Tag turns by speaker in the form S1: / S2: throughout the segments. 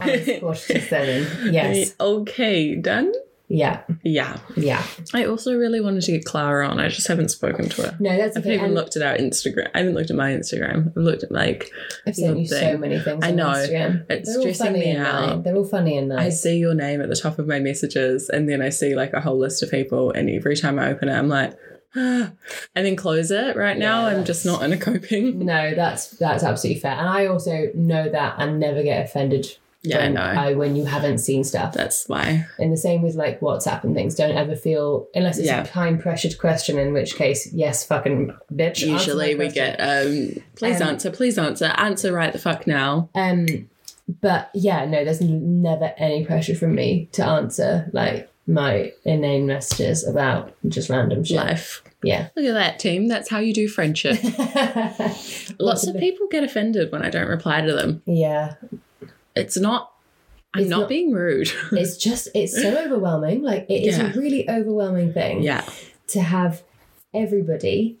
S1: and squash to seven. Yes.
S2: Okay, done.
S1: Yeah.
S2: Yeah.
S1: Yeah.
S2: I also really wanted to get Clara on. I just haven't spoken to her.
S1: No, that's
S2: I haven't
S1: okay.
S2: even
S1: And
S2: looked at our Instagram. I haven't looked at my Instagram. I've looked at like
S1: I've sent you so
S2: something.
S1: many things.
S2: I
S1: on
S2: know.
S1: Instagram.
S2: It's
S1: They're all
S2: stressing
S1: funny
S2: me
S1: and nice.
S2: out.
S1: They're all funny and
S2: I
S1: nice.
S2: see your name at the top of my messages, and then I see like a whole list of people, and every time I open it, I'm like, ah, and then close it. Right now,
S1: Yeah,
S2: I'm just not in a coping.
S1: No, that's that's absolutely fair. And I also know that and never get offended
S2: yeah, I
S1: when,
S2: know.
S1: I- when you haven't seen stuff.
S2: That's why.
S1: And the same with like WhatsApp and things. Don't ever feel unless it's
S2: Yeah.
S1: a time pressured question, in which case, yes, fucking bitch. answer my
S2: Usually we
S1: question.
S2: get, um, please
S1: Um,
S2: answer, please answer, answer right the fuck now.
S1: Um, but yeah, no, there's n- never any pressure from me to answer like my inane messages about just random shit.
S2: Life.
S1: Yeah.
S2: Look at that, team. That's how you do friendship. Lots of people get offended when I don't reply to them.
S1: Yeah,
S2: It's not, I'm
S1: It's
S2: not,
S1: not-
S2: being rude.
S1: it's just it's so overwhelming. Like it is
S2: Hmm. Yeah.
S1: a really overwhelming thing
S2: yeah.
S1: to have everybody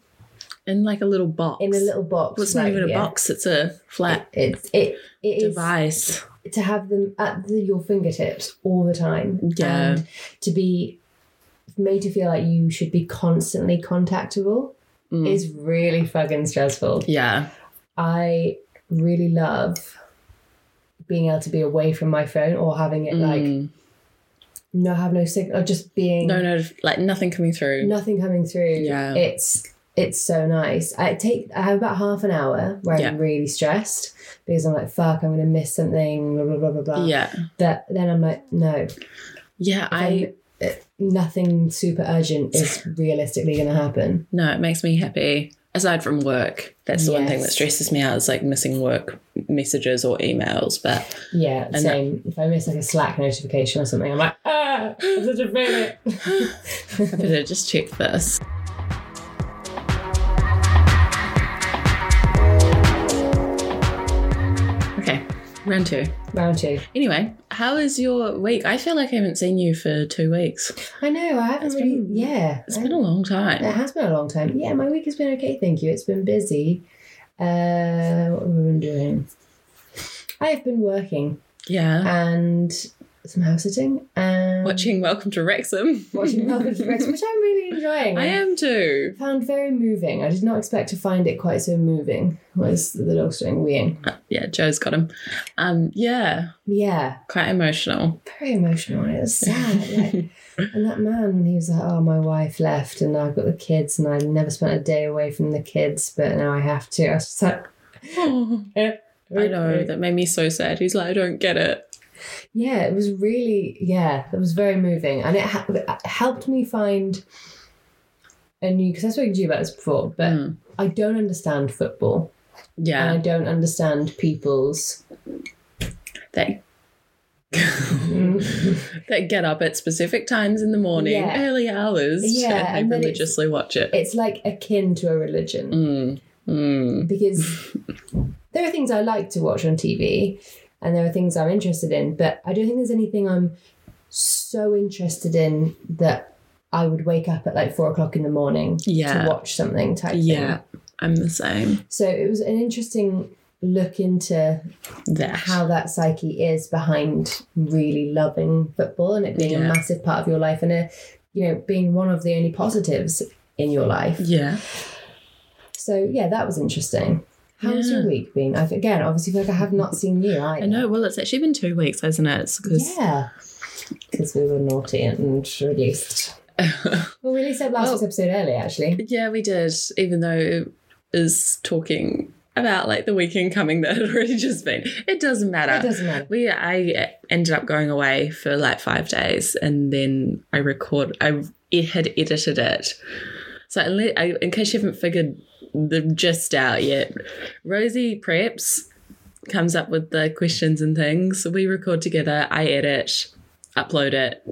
S2: In like a little box.
S1: in a little box.
S2: Well, it's
S1: right
S2: not even a
S1: here.
S2: box, it's a flat
S1: It's it it is
S2: device.
S1: to have them at the, your fingertips all the time.
S2: Yeah.
S1: And to be made to feel like you should be constantly contactable
S2: Mm.
S1: is really fucking stressful.
S2: yeah.
S1: I really love being able to be away from my phone or having it like
S2: Mm.
S1: no have no signal or just being
S2: no, no, like nothing coming through.
S1: nothing coming through.
S2: Yeah.
S1: It's it's so nice. I take I have about half an hour where
S2: Yeah.
S1: I'm really stressed because I'm like, fuck, I'm gonna miss something, blah blah blah blah blah.
S2: Yeah.
S1: That then I'm like, no,
S2: Yeah.
S1: then,
S2: I,
S1: uh, nothing super urgent is realistically going to happen.
S2: no, it makes me happy. Aside from work, that's the one thing that
S1: Yes.
S2: stresses me out is like missing work messages or emails. But
S1: Yeah,
S2: And
S1: same. if I miss like a Slack notification or something, I'm like, ah, I'm such a failure.
S2: I better just check this. Okay, round two.
S1: Round two.
S2: Anyway, how is your week? I feel like I haven't seen you for two weeks.
S1: I know. I haven't
S2: It's
S1: really.
S2: been-
S1: yeah,
S2: It's
S1: I-
S2: been a long
S1: it
S2: time.
S1: has been a long time. Yeah, my week has been okay. Thank you. It's been busy. Uh, what have we been doing? I have been working
S2: Yeah.
S1: and some house sitting and
S2: Watching Welcome to Wrexham.
S1: watching Malcolm to the Rex, which I'm really enjoying.
S2: I am too.
S1: found very moving. I did not expect to find it quite so moving. Was the dog's doing weeing?
S2: Uh, Yeah, Joe's got him. Um, yeah,
S1: Yeah,
S2: quite emotional.
S1: very emotional. It was sad. like- and that man, he was like, "Oh, my wife left, and I've got the kids, and I never spent a day away from the kids, but now I have to." I was just like,
S2: Oh, I know that made me so sad. He's like, I don't get it.
S1: Yeah, it was really yeah, it was very moving, and it, ha- it helped me find a new because I've spoken to you about this before, but
S2: Mm.
S1: I don't understand football, and I
S2: Yeah,
S1: don't understand people's.
S2: that that get up at specific times in the morning,
S1: Yeah.
S2: early hours,
S1: Yeah, and
S2: and they
S1: then it's-
S2: religiously watch it.
S1: it's like akin to a religion
S2: Mm. Mm.
S1: because there are things I like to watch on TV and there are things I'm interested in, but I don't think there's anything I'm so interested in that I would wake up at like four o'clock in the morning
S2: Yeah.
S1: to watch something type
S2: Yeah,
S1: thing.
S2: I'm the same.
S1: So it was an interesting look into
S2: That.
S1: how that psyche is behind really loving football and it being
S2: Yeah.
S1: a massive part of your life and a you know being one of the only positives in your life.
S2: Yeah.
S1: So yeah, that was interesting. How's
S2: Yeah.
S1: your week been? I've again obviously feel like I have not seen you either.
S2: I know. Well, it's actually been two weeks, hasn't it? Because
S1: Yeah. Because we were naughty and released.
S2: yeah.
S1: Well, we released that last
S2: Well-
S1: week's episode early, actually.
S2: we did. Even though it is talking about like the weekend coming that had already just been, it doesn't matter.
S1: It doesn't matter.
S2: we I uh, ended up going away for like five days, and then I record. I it had edited it. So unless, I, in case you haven't figured the gist out yet, Rosie preps, comes up with the questions and things. We record together. I edit, upload it.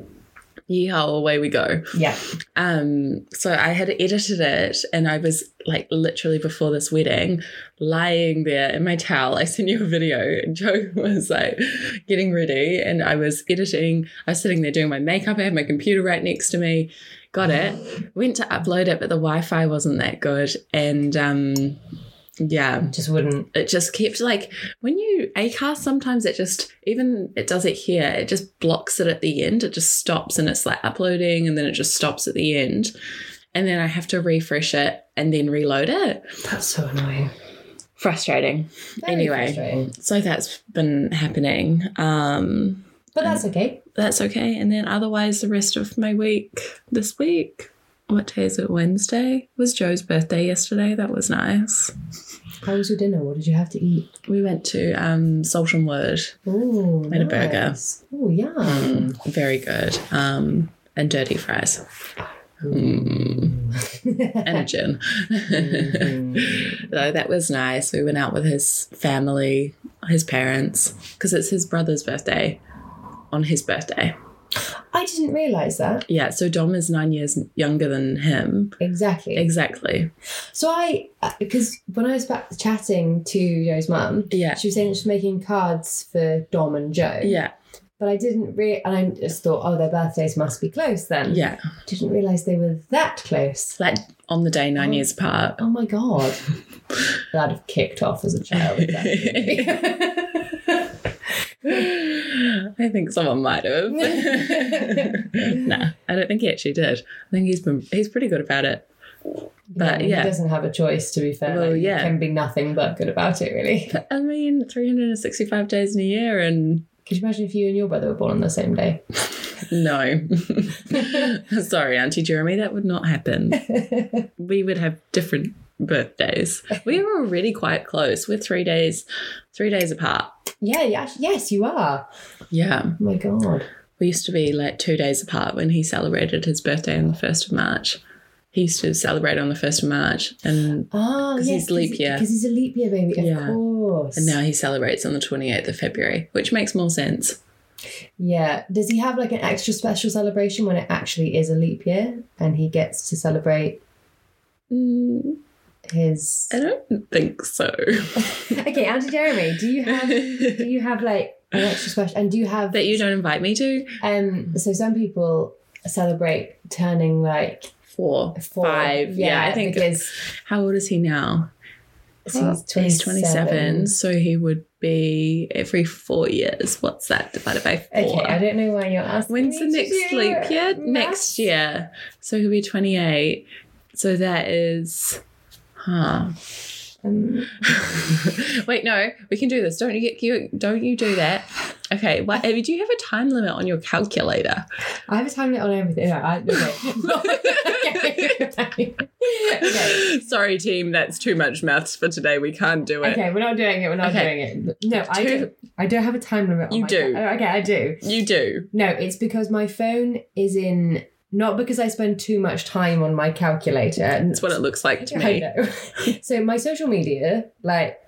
S2: Yeehaw! Away we go.
S1: Yeah.
S2: Um, so I had edited it and I was like literally before this wedding, lying there in my towel. I sent you a video and Joe was like getting ready and I was editing. I was sitting there doing my makeup. I had my computer right next to me. Got it. Went to upload it, but the Wi Fi wasn't that good. And um Yeah.
S1: Just wouldn't.
S2: It just kept like when you Acast sometimes it just even it does it here, it just blocks it at the end. It just stops and it's like uploading and then it just stops at the end. And then I have to refresh it and then reload it.
S1: That's so annoying.
S2: Frustrating.
S1: Very
S2: Anyway.
S1: frustrating.
S2: So that's been happening. Um
S1: But that's okay.
S2: that's okay. And then otherwise, the rest of my week this week, what day is it? Wednesday was Joe's birthday yesterday. That was nice.
S1: How was your dinner? What did you have to eat?
S2: We went to um, Salt and Wood.
S1: Oh,
S2: Made a burger.
S1: Oh, yeah.
S2: Mm, very good. Um, and dirty fries. Mm, Mm-hmm. and a gin. so that was nice. We went out with his family, his parents, because it's his brother's birthday on his birthday.
S1: I didn't realize that
S2: Yeah, so Dom is nine years younger than him.
S1: exactly.
S2: Exactly.
S1: So I, because when I was back chatting to Joe's mum,
S2: Yeah.
S1: she was saying she's making cards for Dom and Joe.
S2: Yeah.
S1: But I didn't re, and I just thought, oh, their birthdays must be close then.
S2: Yeah.
S1: Didn't realize they were that close.
S2: like on the day nine years apart.
S1: Oh my god, that'd have kicked off as a child. if that-
S2: I think someone might have. nah, I don't think he actually did. I think he's been he's pretty good about it. But
S1: he
S2: yeah.
S1: doesn't have a choice. To be fair,
S2: Well,
S1: Like, he
S2: yeah.
S1: can be nothing but good about it. Really,
S2: But, I mean, 365 days in a year, and
S1: could you imagine if you and your brother were born on the same day?
S2: no. Sorry, Auntie Jeremy, that would not happen. We would have different birthdays. We were already quite close. We're three days, three days apart.
S1: yeah, yeah, yes, you are.
S2: Yeah.
S1: Oh my god.
S2: We used to be like two days apart when he celebrated his birthday on the 1st of March. He used to celebrate on the 1st of March and
S1: Ah,
S2: 'Cause
S1: yes,
S2: he's leap year.
S1: Because he's a leap year baby, of
S2: Yeah.
S1: course.
S2: and now he celebrates on the 28th of February, which makes more sense.
S1: yeah. Does he have like an extra special celebration when it actually is a leap year and he gets to celebrate
S2: Mm,
S1: his?
S2: I don't think so.
S1: Okay, Auntie Jeremy, do you have do
S2: that
S1: you have like an extra special? And do you have
S2: you don't invite me to?
S1: um? So some people celebrate turning like
S2: Four,
S1: four.
S2: five. Yeah, I think.
S1: because
S2: How old is he now?
S1: he's twenty
S2: He's 27, so he would be every four years. What's that divided by four?
S1: Okay, I don't know why you're asking.
S2: When's the
S1: me to
S2: next
S1: do
S2: leap year?
S1: maths.
S2: Next year. So he'll be 28. So that is. Huh.
S1: Um,
S2: Wait, no, we can do this. Don't you get you don't you do that. Okay, why do you have a time limit on your calculator?
S1: I have a time limit on everything. No, I, okay. okay.
S2: Sorry, team, that's too much maths for today. We can't do it.
S1: Okay, we're not doing it. We're not
S2: Okay.
S1: doing it. No, I
S2: Two-
S1: do. I don't have a time limit. On
S2: You
S1: my
S2: do.
S1: phone. Oh, okay, I do.
S2: You do.
S1: No, it's because my phone is in. Not because I spend too much time on my calculator.
S2: That's what it looks like to
S1: I
S2: me.
S1: know. so my social media, like,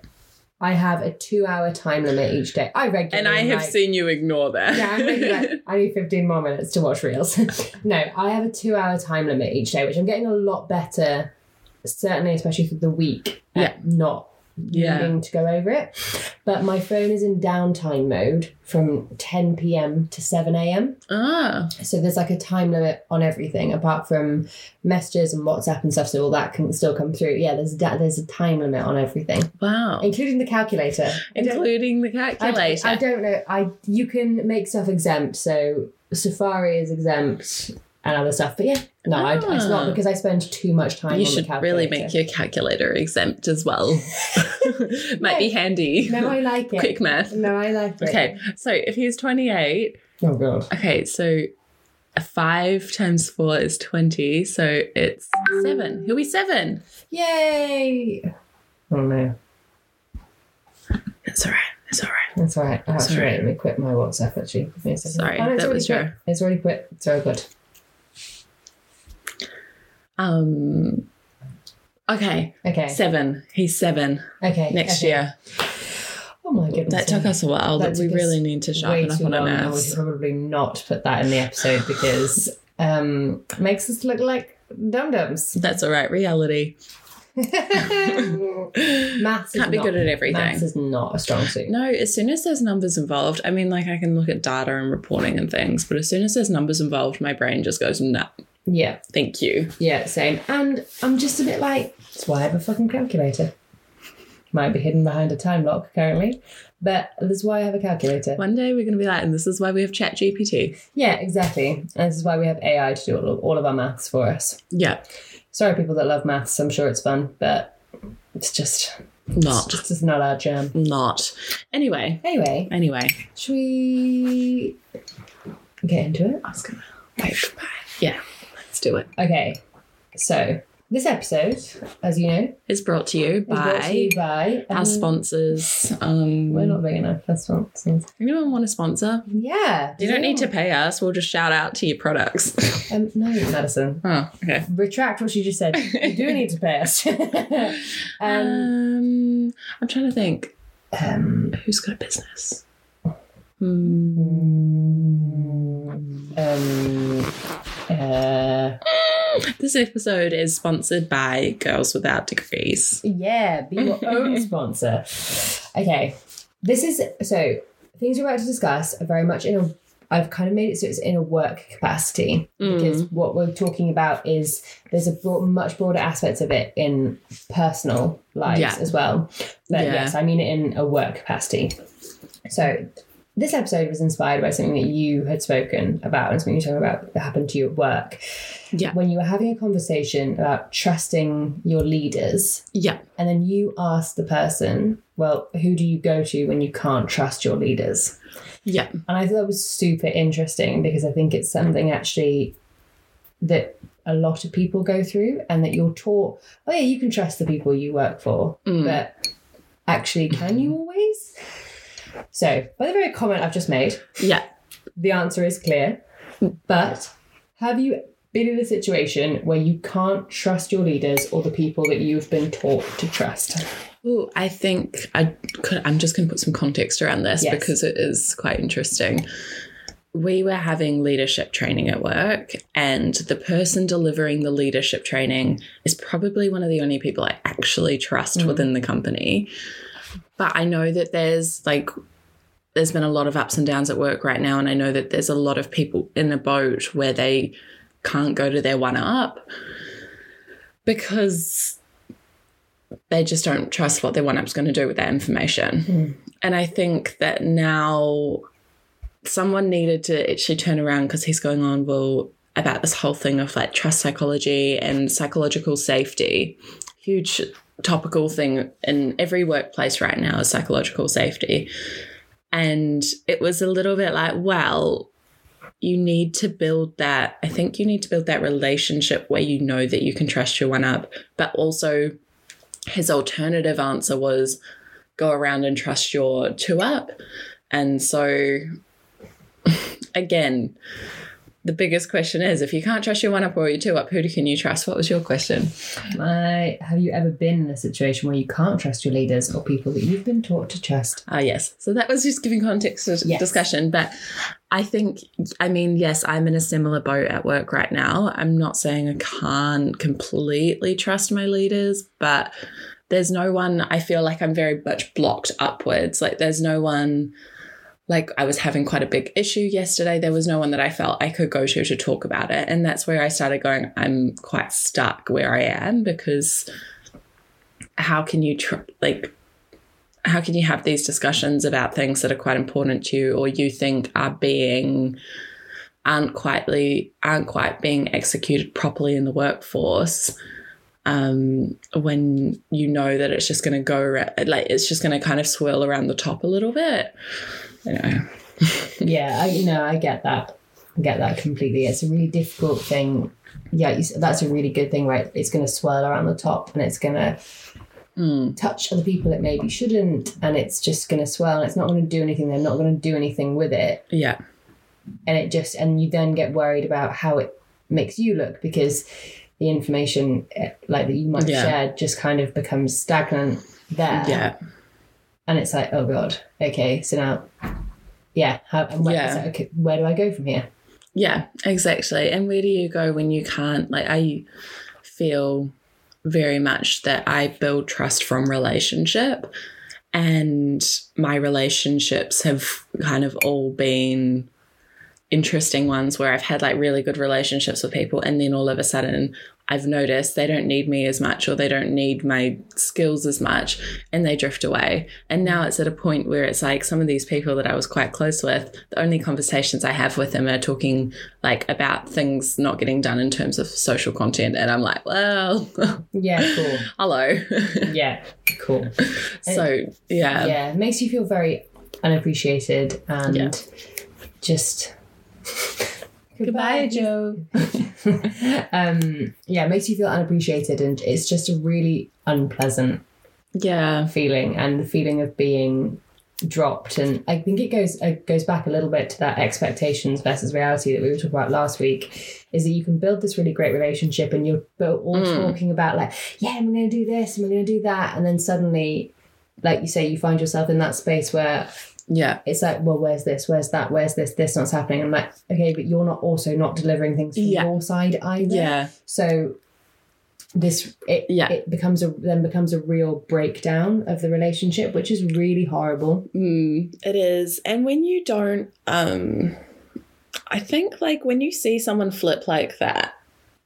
S1: I have a two-hour time limit each day. I regularly
S2: And I have
S1: like,
S2: seen you ignore that.
S1: yeah, I'm really like, I need 15 more minutes to watch reels. no, I have a two hour time limit each day, which I'm getting a lot better, certainly, especially through the week, at
S2: Yeah.
S1: not
S2: Yeah.
S1: needing to go over it. But my phone is in downtime mode from 10 p.m. to 7 a.m.
S2: ah,
S1: So there's like a time limit on everything apart from messages and WhatsApp and stuff. So all that can still come through. Yeah, there's, da- there's a time limit on everything,
S2: wow.
S1: including the calculator. I don't-
S2: Including the
S1: I-
S2: calculator.
S1: I, don't know. I you can make stuff exempt, so Safari is exempt and other stuff. But yeah, no, I, it's not
S2: Ah.
S1: because I spend too much time.
S2: you
S1: on
S2: should
S1: the
S2: really
S1: calculator.
S2: make your calculator exempt as well. Might be handy.
S1: No, I like it.
S2: Quick math.
S1: No, I like it.
S2: Okay, so if he's 28,
S1: Oh god.
S2: okay, so 5 times 4 is 20, so it's 7. He'll be 7.
S1: Yay. Oh no,
S2: That's all right. That's all right.
S1: that's all right. I have to
S2: Sorry.
S1: let me quit my WhatsApp actually. Give me a second.
S2: Sorry,
S1: Oh, no, it's
S2: that
S1: already
S2: was
S1: quit.
S2: your-
S1: It's already quit. It's all good.
S2: Um, okay,
S1: Okay.
S2: 7. He's 7
S1: okay.
S2: next
S1: okay.
S2: year.
S1: Oh my goodness.
S2: That took us a while,
S1: That
S2: but we
S1: took us
S2: really need to
S1: way
S2: sharpen up
S1: too
S2: on our
S1: long, and we should
S2: maths.
S1: probably not put that in the episode because um, it makes us look like dum dums.
S2: That's all right, reality.
S1: maths is
S2: Can't be
S1: not,
S2: good at everything.
S1: Maths is not a strong suit.
S2: No, as soon as there's numbers involved, I mean, like I can look at data and reporting and things, but as soon as there's numbers involved, my brain just goes, nah,
S1: Yeah,
S2: thank you.
S1: yeah, same. And I'm just a bit like that's why I have a fucking calculator. might be hidden behind a time lock currently, but that's why I have a calculator.
S2: One day we're going to be like, and this is why we have Chat GPT.
S1: Yeah, exactly. And this is why we have AI to do all of, all of our maths for us.
S2: Yeah,
S1: Sorry, people that love maths. I'm sure it's fun, but it's just
S2: not,
S1: It's just not our jam.
S2: not. Anyway,
S1: Anyway,
S2: anyway.
S1: should we get into it?
S2: Ask him. Wait, goodbye. Yeah, let's do it.
S1: Okay, so this episode, as you know, is
S2: It's brought to you
S1: brought to
S2: by
S1: you by
S2: our
S1: um,
S2: sponsors. Um,
S1: We're not big enough. That's what.
S2: anyone want to sponsor?
S1: Yeah,
S2: You don't need to pay us. We'll just shout out to your products.
S1: Um, no, Madison.
S2: oh, okay.
S1: Retract what you just said. You do need to pay us. um,
S2: Um, I'm trying to think.
S1: um,
S2: Who's got a business? Hmm.
S1: um, uh,
S2: This episode is sponsored by Girls Without Degrees.
S1: Yeah, be your own sponsor. Okay, this is so things we're about to discuss are very much in a. I've kind of made it so it's in a work capacity
S2: Hmm.
S1: because
S2: Mm.
S1: what we're talking about is there's a broad, much broader aspects of it in personal lives
S2: Yeah.
S1: as well. But
S2: Yeah.
S1: yes, I mean it in a work capacity. So this episode was inspired by something that you had spoken about and something you talking about that happened to you at work.
S2: Yeah.
S1: When you were having a conversation about trusting your leaders
S2: Yeah.
S1: and then you ask the person, well, who do you go to when you can't trust your leaders?
S2: Yeah.
S1: And I thought that was super interesting because I think it's something actually that a lot of people go through and that you're taught, oh, yeah, you can trust the people you work for,
S2: Mm.
S1: but actually, can you always? So, by the very comment I've just made,
S2: Yeah.
S1: the answer is clear. But have you been in a situation where you can't trust your leaders or the people that you've been taught to trust?
S2: Ooh, I think I could, I'm just going to put some context around this
S1: Yes.
S2: because it is quite interesting. We were having leadership training at work, and the person delivering the leadership training is probably one of the only people I actually trust
S1: Mhm.
S2: within the company. But I know that there's like, there's been a lot of ups and downs at work right now, and I know that there's a lot of people in a boat where they can't go to their one up because they just don't trust what their one up's going to do with that information.
S1: Mm.
S2: And I think that now someone needed to actually turn around because he's going on, well, about this whole thing of like trust psychology and psychological safety. Huge topical thing in every workplace right now is psychological safety. And it was a little bit like, well, you need to build that. I think you need to build that relationship where you know that you can trust your one up, but also his alternative answer was go around and trust your two up. And so, again, the biggest question is if you can't trust your one up or your two up, who can you trust? What was your question?
S1: My, have you ever been in a situation where you can't trust your leaders or people that you've been taught to trust?
S2: Ah, yes. So that was just giving context to the
S1: Yes.
S2: discussion. But I think, I mean, yes, I'm in a similar boat at work right now. I'm not saying I can't completely trust my leaders, but there's no one I feel like I'm very much blocked upwards. Like, there's no one. Like, I was having quite a big issue yesterday. There was no one that I felt I could go to to talk about it. And that's where I started going, I'm quite stuck where I am because how can you, tr- like, how can you have these discussions about things that are quite important to you or you think are being aren't quietly aren't quite being executed properly in the workforce um, when you know that it's just going to go ra- like it's just going to kind of swirl around the top a little bit anyway
S1: yeah, I, no, I get that. I get that completely. It's a really difficult thing. Yeah, you, s- that's a really good thing, right? It's going to swirl around the top and it's going to
S2: Mm.
S1: touch other people it maybe shouldn't. And it's just going to swirl and it's not going to do anything. They're not going to do anything with it.
S2: yeah
S1: and it just and you then get worried about how it makes you look because the information eh, like that you might have
S2: Yeah.
S1: shared just kind of becomes stagnant there
S2: yeah
S1: and it's like oh god okay so now yeah how and where,
S2: Yeah.
S1: it's like, okay, where do i go from here
S2: Yeah, exactly. And where do you go when you can't? Like, I feel very much that I build trust from relationship, and my relationships have kind of all been interesting ones where I've had like really good relationships with people, and then all of a sudden I've noticed they don't need me as much or they don't need my skills as much and they drift away. And now it's at a point where it's like some of these people that I was quite close with, the only conversations I have with them are talking like about things not getting done in terms of social content. And I'm like, well,
S1: Yeah, cool.
S2: hello.
S1: Yeah, cool.
S2: so, yeah.
S1: yeah, it makes you feel very unappreciated and
S2: Yeah.
S1: just
S2: Goodbye, Joe.
S1: um, yeah, it makes you feel unappreciated, and it's just a really unpleasant
S2: Yeah.
S1: feeling, and the feeling of being dropped. And I think it goes it goes back a little bit to that expectations versus reality that we were talking about last week. Is that you can build this really great relationship, and you're bo- all
S2: Mm.
S1: talking about like, yeah, I'm going to do this, I'm going to do that, and then suddenly, like you say, you find yourself in that space where
S2: Yeah.
S1: it's like, well, where's this? Where's that? Where's this? This not's happening. I'm like, okay, but you're not also not delivering things from
S2: Yeah.
S1: your side either.
S2: Yeah.
S1: So this it
S2: Yeah.
S1: it becomes a then becomes a real breakdown of the relationship, which is really horrible.
S2: Mm, it is. And when you don't, um, I think like when you see someone flip like that,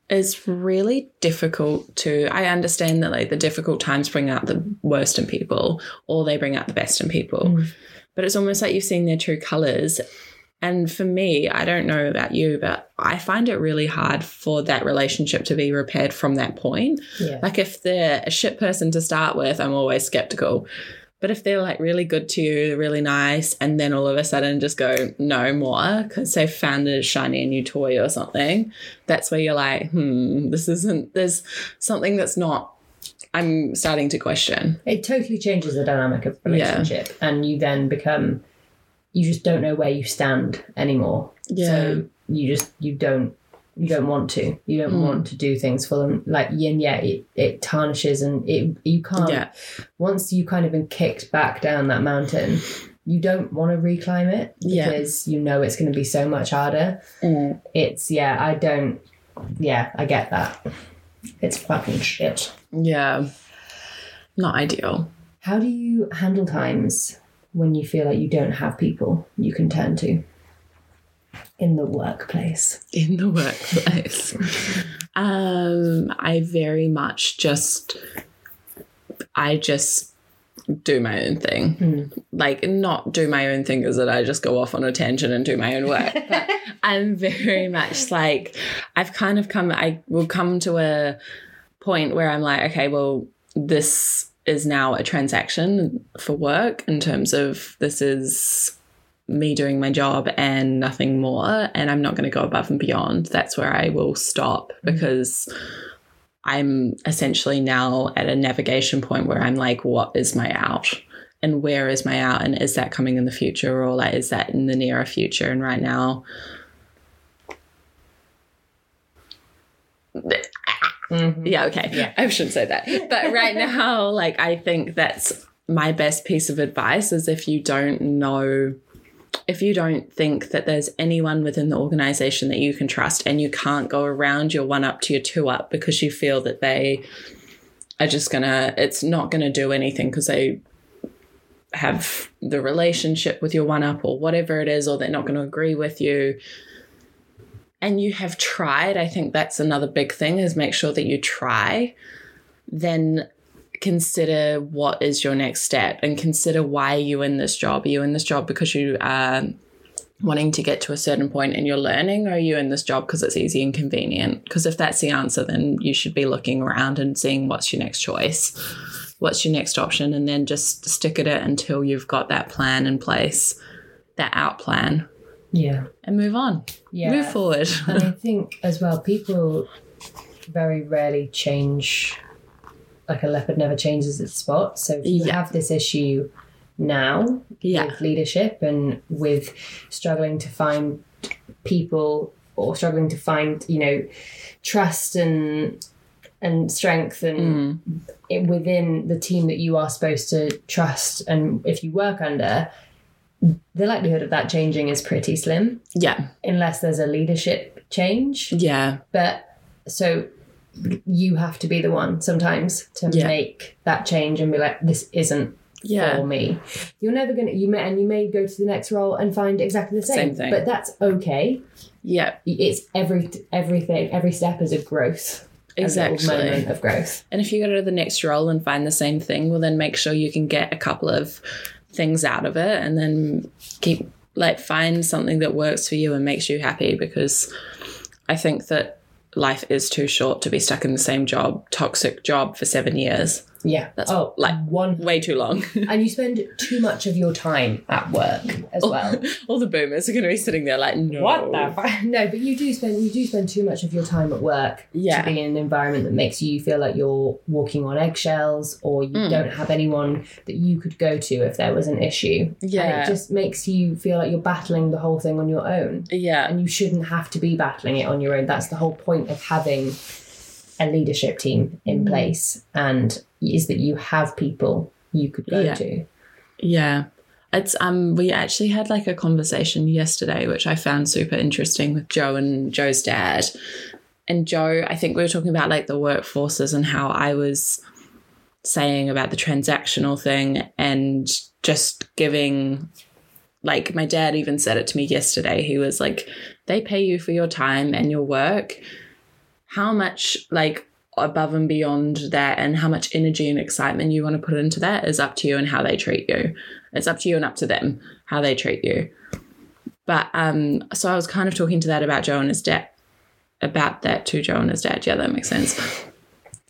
S2: it's really difficult to. I understand that like the difficult times bring out the worst in people or they bring out the best in people,
S1: Mm.
S2: but it's almost like you've seen their true colors. And for me, I don't know about you, but I find it really hard for that relationship to be repaired from that point.
S1: Yeah.
S2: Like if they're a shit person to start with, I'm always skeptical. But if they're like really good to you, really nice, and then all of a sudden just go no more because they've found a shiny new toy or something, that's where you're like, hmm, this isn't. There's something that's not. I'm starting to question.
S1: It totally changes the dynamic of the
S2: Yeah.
S1: relationship. And you then become you just don't know where you stand anymore. So you just you don't you don't want to. You don't
S2: Mm.
S1: want to do things for them. Like yin yeah, it, it tarnishes and it you can't
S2: yeah.
S1: once you've kind of been kicked back down that mountain, you don't want to reclimb it
S2: Yeah.
S1: because you know it's going to be so much harder.
S2: Mm.
S1: It's yeah, I don't. Yeah, I get that. It's fucking shit.
S2: Yeah. Not ideal.
S1: How do you handle times when you feel like you don't have people you can turn to in the workplace?
S2: in the workplace. um, I very much just, I just do my own thing.
S1: Mm.
S2: Like, not do my own thing is that I just go off on a tangent and do my own work. But I'm very much like, I've kind of come, I will come to a point where I'm like, okay, well, this is now a transaction for work in terms of this is me doing my job and nothing more and i'm not going to go above and beyond that's where i will stop because i'm essentially now at a navigation point where i'm like what is my out and where is my out and is that coming in the future or like is that in the nearer future and right now
S1: Mhm.
S2: yeah okay
S1: Yeah.
S2: i shouldn't say that but right now like i think that's my best piece of advice is if you don't know if you don't think that there's anyone within the organization that you can trust and you can't go around your one up to your two up because you feel that they are just gonna it's not gonna do anything because they have the relationship with your one up or whatever it is or they're not gonna agree with you and you have tried i think that's another big thing is make sure that you try then consider what is your next step and consider why are you in this job are you in this job because you are wanting to get to a certain point in your learning or are you in this job because it's easy and convenient because if that's the answer then you should be looking around and seeing what's your next choice what's your next option and then just stick at it until you've got that plan in place that out plan
S1: Yeah.
S2: and move on
S1: Yeah.
S2: move forward
S1: and I think as well, people very rarely change. Like a leopard never changes its spot. So if you
S2: Yeah.
S1: have this issue now
S2: yeah
S1: with leadership and with struggling to find people or struggling to find, you know, trust and and strength and
S2: Mm.
S1: it, within the team that you are supposed to trust and if you work under, the likelihood of that changing is pretty slim
S2: yeah
S1: unless there's a leadership change
S2: yeah
S1: but so you have to be the one sometimes to
S2: Yeah.
S1: make that change and be like this isn't
S2: yeah
S1: for me you're never gonna you may and you may go to the next role and find exactly the same,
S2: Same thing.
S1: but that's okay
S2: yeah
S1: it's every everything every step is a growth a little
S2: Exactly.
S1: moment of growth.
S2: And if you go to the next role and find the same thing, well, then make sure you can get a couple of things out of it and then keep, like, find something that works for you and makes you happy because I think that life is too short to be stuck in the same job, toxic job for seven years.
S1: Yeah.
S2: That's
S1: oh,
S2: like-
S1: one.
S2: Way too long.
S1: And you spend too much of your time at work as well.
S2: All the boomers are going to be sitting there like, Oh, no.
S1: fuck? No, but you do spend you do spend too much of your time at work
S2: Yeah.
S1: to be in an environment that makes you feel like you're walking on eggshells or you
S2: Mm.
S1: don't have anyone that you could go to if there was an issue. And
S2: Yeah.
S1: it just makes you feel like you're battling the whole thing on your own.
S2: yeah.
S1: And you shouldn't have to be battling it on your own. That's the whole point of having a leadership team in
S2: Mm.
S1: place and is that you have people you could go
S2: Yeah.
S1: to.
S2: Yeah. It's um we actually had like a conversation yesterday which I found super interesting with Joe and Joe's dad. And Joe, I think we were talking about like the workforces and how I was saying about the transactional thing and just giving like my dad even said it to me yesterday. He was like they pay you for your time and your work. How much like above and beyond that and how much energy and excitement you want to put into that is up to you and how they treat you. It's up to you and up to them how they treat you. But um so I was kind of talking to that about Joe and his dad about that to Joe and his dad. Yeah, that makes sense.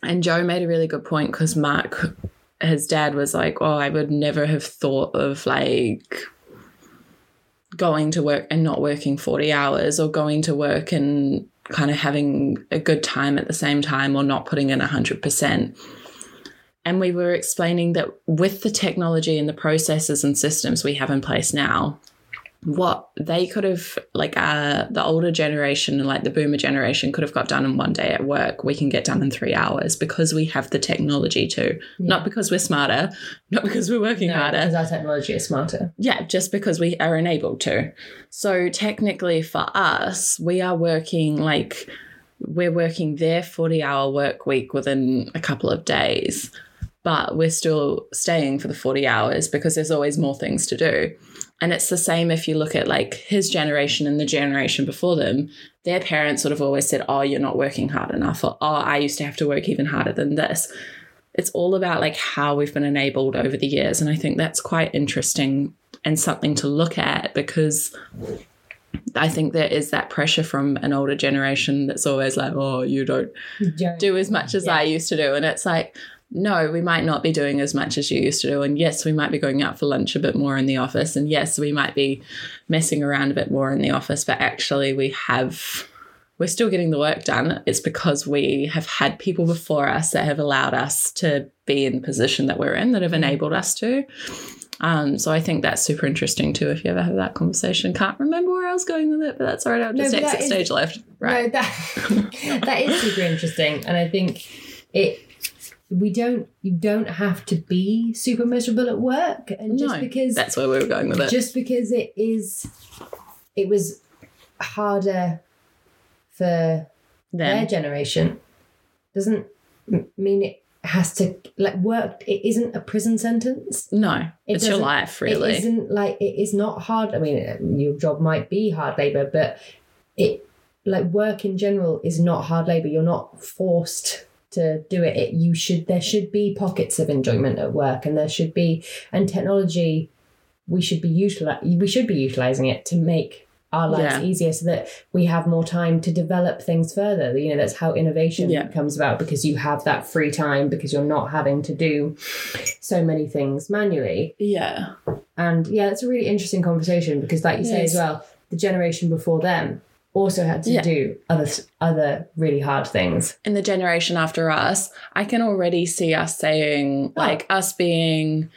S2: And Joe made a really good point because Mark his dad was like, Oh, I would never have thought of like going to work and not working 40 hours or going to work and kind of having a good time at the same time or not putting in 100%. And we were explaining that with the technology and the processes and systems we have in place now, what they could have, like uh, the older generation and like the boomer generation, could have got done in one day at work, we can get done in three hours because we have the technology to.
S1: Yeah.
S2: Not because we're smarter, not because we're working
S1: No,
S2: harder,
S1: because our technology is smarter.
S2: yeah, just because we are enabled to. So technically for us, we are working like we're working their 40 hour work week within a couple of days, but we're still staying for the 40 hours because there's always more things to do. And it's the same if you look at like his generation and the generation before them, their parents sort of always said, Oh, you're not working hard enough, or Oh, I used to have to work even harder than this it's all about like how we've been enabled over the years and i think that's quite interesting and something to look at because i think there is that pressure from an older generation that's always like oh you don't do as much as
S1: Yeah.
S2: i used to do and it's like no we might not be doing as much as you used to do and yes we might be going out for lunch a bit more in the office and yes we might be messing around a bit more in the office but actually we have we're still getting the work done. It's because we have had people before us that have allowed us to be in the position that we're in, that
S1: Mm-hmm.
S2: have enabled us to. Um, so I think that's super interesting too. If you ever have that conversation, can't remember where I was going with it, but that's all right. I'll
S1: No,
S2: just
S1: but
S2: exit
S1: that is-
S2: stage left. Right.
S1: No, that that is super interesting, and I think it. We don't. You don't have to be super miserable at work, and just
S2: No,
S1: because
S2: that's where we were going with it.
S1: just because it is, it was harder for their
S2: Then.
S1: generation doesn't m- mean it has to like work. It isn't a prison sentence.
S2: No,
S1: It
S2: it's your
S1: doesn't-
S2: life,
S1: It
S2: really.
S1: isn't like it is not hard. I mean, your job might be hard labor, but it like work in general is not hard labor. You're not forced to do it. it. You should there should be pockets of enjoyment at work, and there should be and technology. We should be utilize we should be utilizing it to make our lives
S2: Yeah.
S1: easier so that we have more time to develop things further. You know, that's how innovation
S2: Yeah.
S1: comes about because you have that free time because you're not having to do so many things manually.
S2: Yeah.
S1: And yeah, it's a really interesting conversation because, like you say
S2: Yes.
S1: as well, the generation before them also had to
S2: Yeah.
S1: do other other really hard things.
S2: In the generation after us, I can already see us saying,
S1: Oh.
S2: like, us being,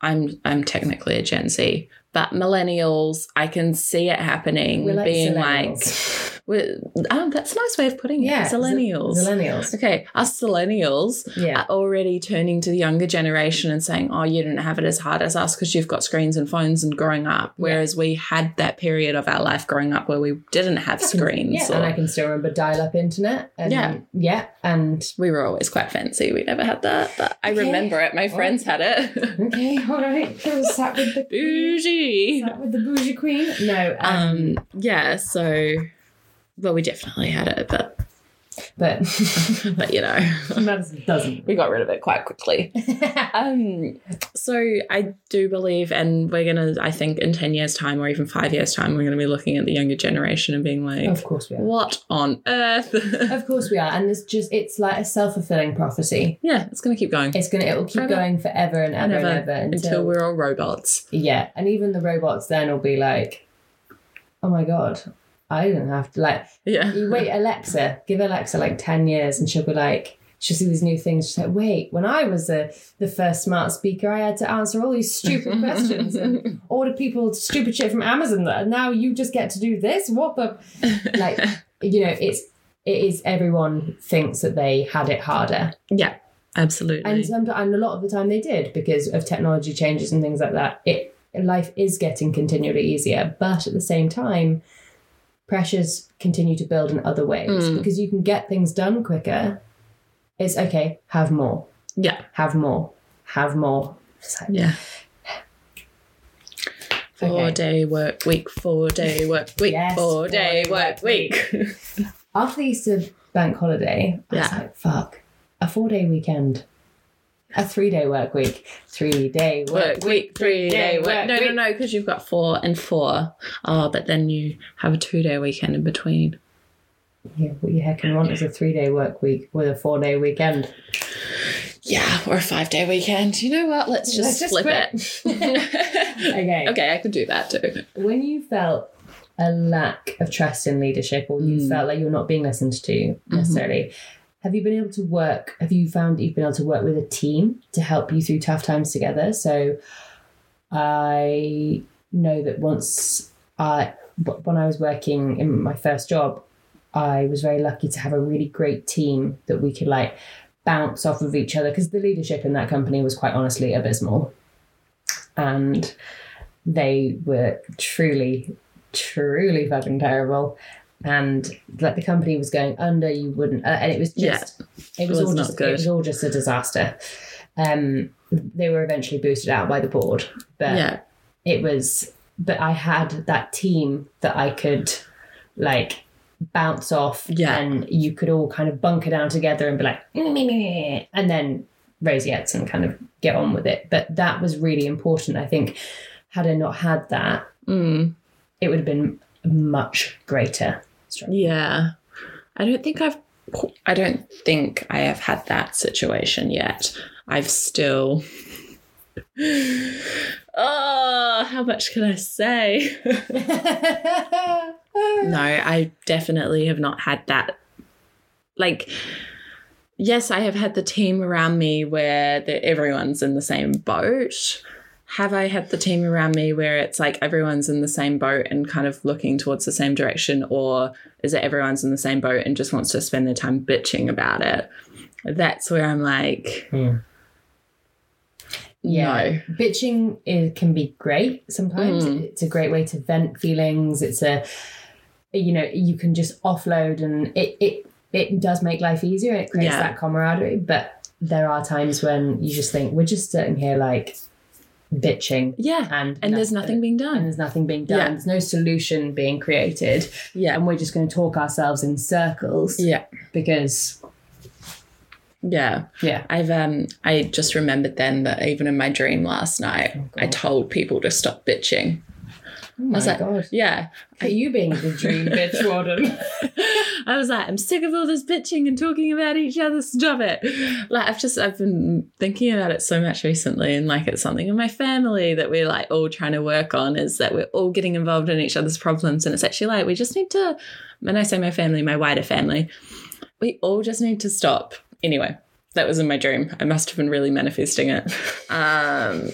S2: I'm, I'm technically a Gen Z, but millennials, I can see it happening,
S1: We're like
S2: being
S1: Zillennials.
S2: like, we're, oh, that's a nice way of putting it.
S1: Yeah, Zil-
S2: Millennials.
S1: Millennials.
S2: okay, us millennials
S1: Yeah.
S2: are already turning to the younger generation and saying, oh, you didn't have it as hard as us because you've got screens and phones and growing up. Whereas we had that period of our life growing up where we didn't have screens.
S1: Yeah,
S2: or-
S1: and I can still remember dial-up internet. And
S2: Yeah.
S1: yeah, and
S2: we were always quite fancy. We never had that, but I
S1: Okay.
S2: remember it. My
S1: Well-
S2: friends had it.
S1: okay, all right, sat with the
S2: Bougie.
S1: sat with the bougie queen. No, um,
S2: Um, yeah, so well we definitely had it, but
S1: But
S2: but you know,
S1: Madison doesn't.
S2: we got rid of it quite quickly. Um, so I do believe, and we're gonna, I think, in ten years' time or even five years' time, we're gonna be looking at the younger generation and being like,
S1: of course we are.
S2: "What on earth?"
S1: Of course we are. And it's just it's like a self fulfilling prophecy.
S2: yeah, it's gonna keep going
S1: It's gonna it will keep
S2: Forever.
S1: going forever and ever and
S2: Forever.
S1: ever until,
S2: until we're all robots.
S1: Yeah. And even the robots then will be like, Oh my god, I didn't have to like
S2: Yeah,
S1: you wait Alexa, give Alexa like ten years and she'll be like She'll see these new things. She's like, wait, when I was the, the first smart speaker, I had to answer all these stupid questions and order people stupid shit from Amazon. That now you just get to do this? What the? Like, you know, it's, it is everyone thinks that they had it harder.
S2: yeah, absolutely.
S1: And some, and a lot of the time they did because of technology changes and things like that. It life is getting continually easier, but at the same time, pressures continue to build in other ways
S2: Mm.
S1: because you can get things done quicker. It's okay. Have more.
S2: yeah,
S1: Have more. Have more. It's like,
S2: yeah. Four
S1: Okay.
S2: day work week, four day work week,
S1: Yes,
S2: four day work week.
S1: After the Easter bank holiday, I was
S2: Yeah.
S1: like, fuck, a four day weekend, a three day work week, three day work,
S2: work week, three
S1: day
S2: day
S1: work
S2: work. No, no,
S1: week.
S2: no, because you've got four and four. Oh, but then you have a two day weekend in between.
S1: Yeah, what you heck want is a three day work week with a four day weekend.
S2: Yeah, or a five day weekend. You know what? Let's
S1: Let's
S2: just
S1: just
S2: flip
S1: quit.
S2: it.
S1: Okay.
S2: okay, I could do that too.
S1: When you felt a lack of trust in leadership or you
S2: Mm.
S1: felt like you're not being listened to necessarily, have you been able to work? Have you found that you've been able to work with a team to help you through tough times together? So I know that once I, w- when I was working in my first job, I was very lucky to have a really great team that we could like bounce off of each other because the leadership in that company was quite honestly abysmal. And they were truly, truly fucking terrible. And like the company was going under, you wouldn't, uh, and it was just, it was,
S2: was
S1: all
S2: not
S1: just, it
S2: good.
S1: was all just a disaster. Um, they were eventually boosted out by the board, but
S2: yeah.
S1: it was but i had that team that i could like bounce off
S2: Yeah.
S1: and you could all kind of bunker down together and be like "Mm, "Mm-mm-mm-mm," and then raise your heads and kind of get on with it but that was really important i think had i not had that
S2: Mm,
S1: it would have been much greater struggle.
S2: yeah. I don't think I've. I don't think I have had that situation yet. I've still. Oh, how much can I say? No, I definitely have not had that. Like, yes, I have had the team around me where the, everyone's in the same boat. Have I had the team around me where it's like everyone's in the same boat and kind of looking towards the same direction? Or is it everyone's in the same boat and just wants to spend their time bitching about it? That's where I'm like,
S1: Hmm.
S2: yeah.
S1: bitching it can be great sometimes
S2: Mm.
S1: it's a great way to vent feelings it's a you know you can just offload and it it it does make life easier and it creates
S2: Yeah.
S1: that camaraderie but there are times when you just think we're just sitting here like bitching
S2: Yeah.
S1: and
S2: And there's nothing
S1: and
S2: being done.
S1: there's nothing being done
S2: Yeah.
S1: there's no solution being created
S2: Yeah.
S1: and we're just going to talk ourselves in circles
S2: Yeah.
S1: because
S2: Yeah.
S1: yeah
S2: I've um I just remembered then that even in my dream last night,
S1: Oh, God.
S2: I told people to stop bitching.
S1: oh my
S2: was like-
S1: god
S2: Yeah.
S1: are you being the dream bitch warden
S2: I was like, I'm sick of all this bitching and talking about each other. Stop it. Like I've just I've been thinking about it so much recently and like it's something in my family that we're like all trying to work on is that we're all getting involved in each other's problems and it's actually like we just need to when I say my family, my wider family, we all just need to stop. Anyway, that was in my dream. I must have been really manifesting it. Um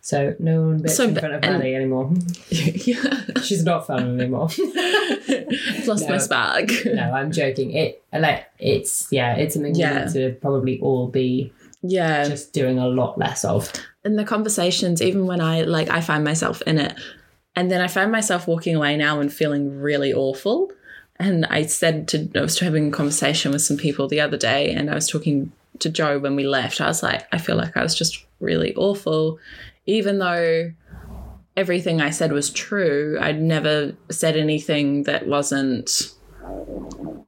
S1: so no one bitch
S2: So,
S1: in
S2: but-
S1: front of
S2: and-
S1: Maddie anymore
S2: yeah.
S1: She's not fun anymore.
S2: I've lost
S1: No.
S2: my spark.
S1: no, I'm joking. It like it's yeah, it's something
S2: Yeah.
S1: we need to probably all be
S2: Yeah.
S1: just doing a lot less of.
S2: in the conversations, even when I like, I find myself in it. And then I find myself walking away now and feeling really awful. And I said to, I was having a conversation with some people the other day, and I was talking to Joe when we left. I was like, I feel like I was just really awful, even though everything I said was true. I'd never said anything that wasn't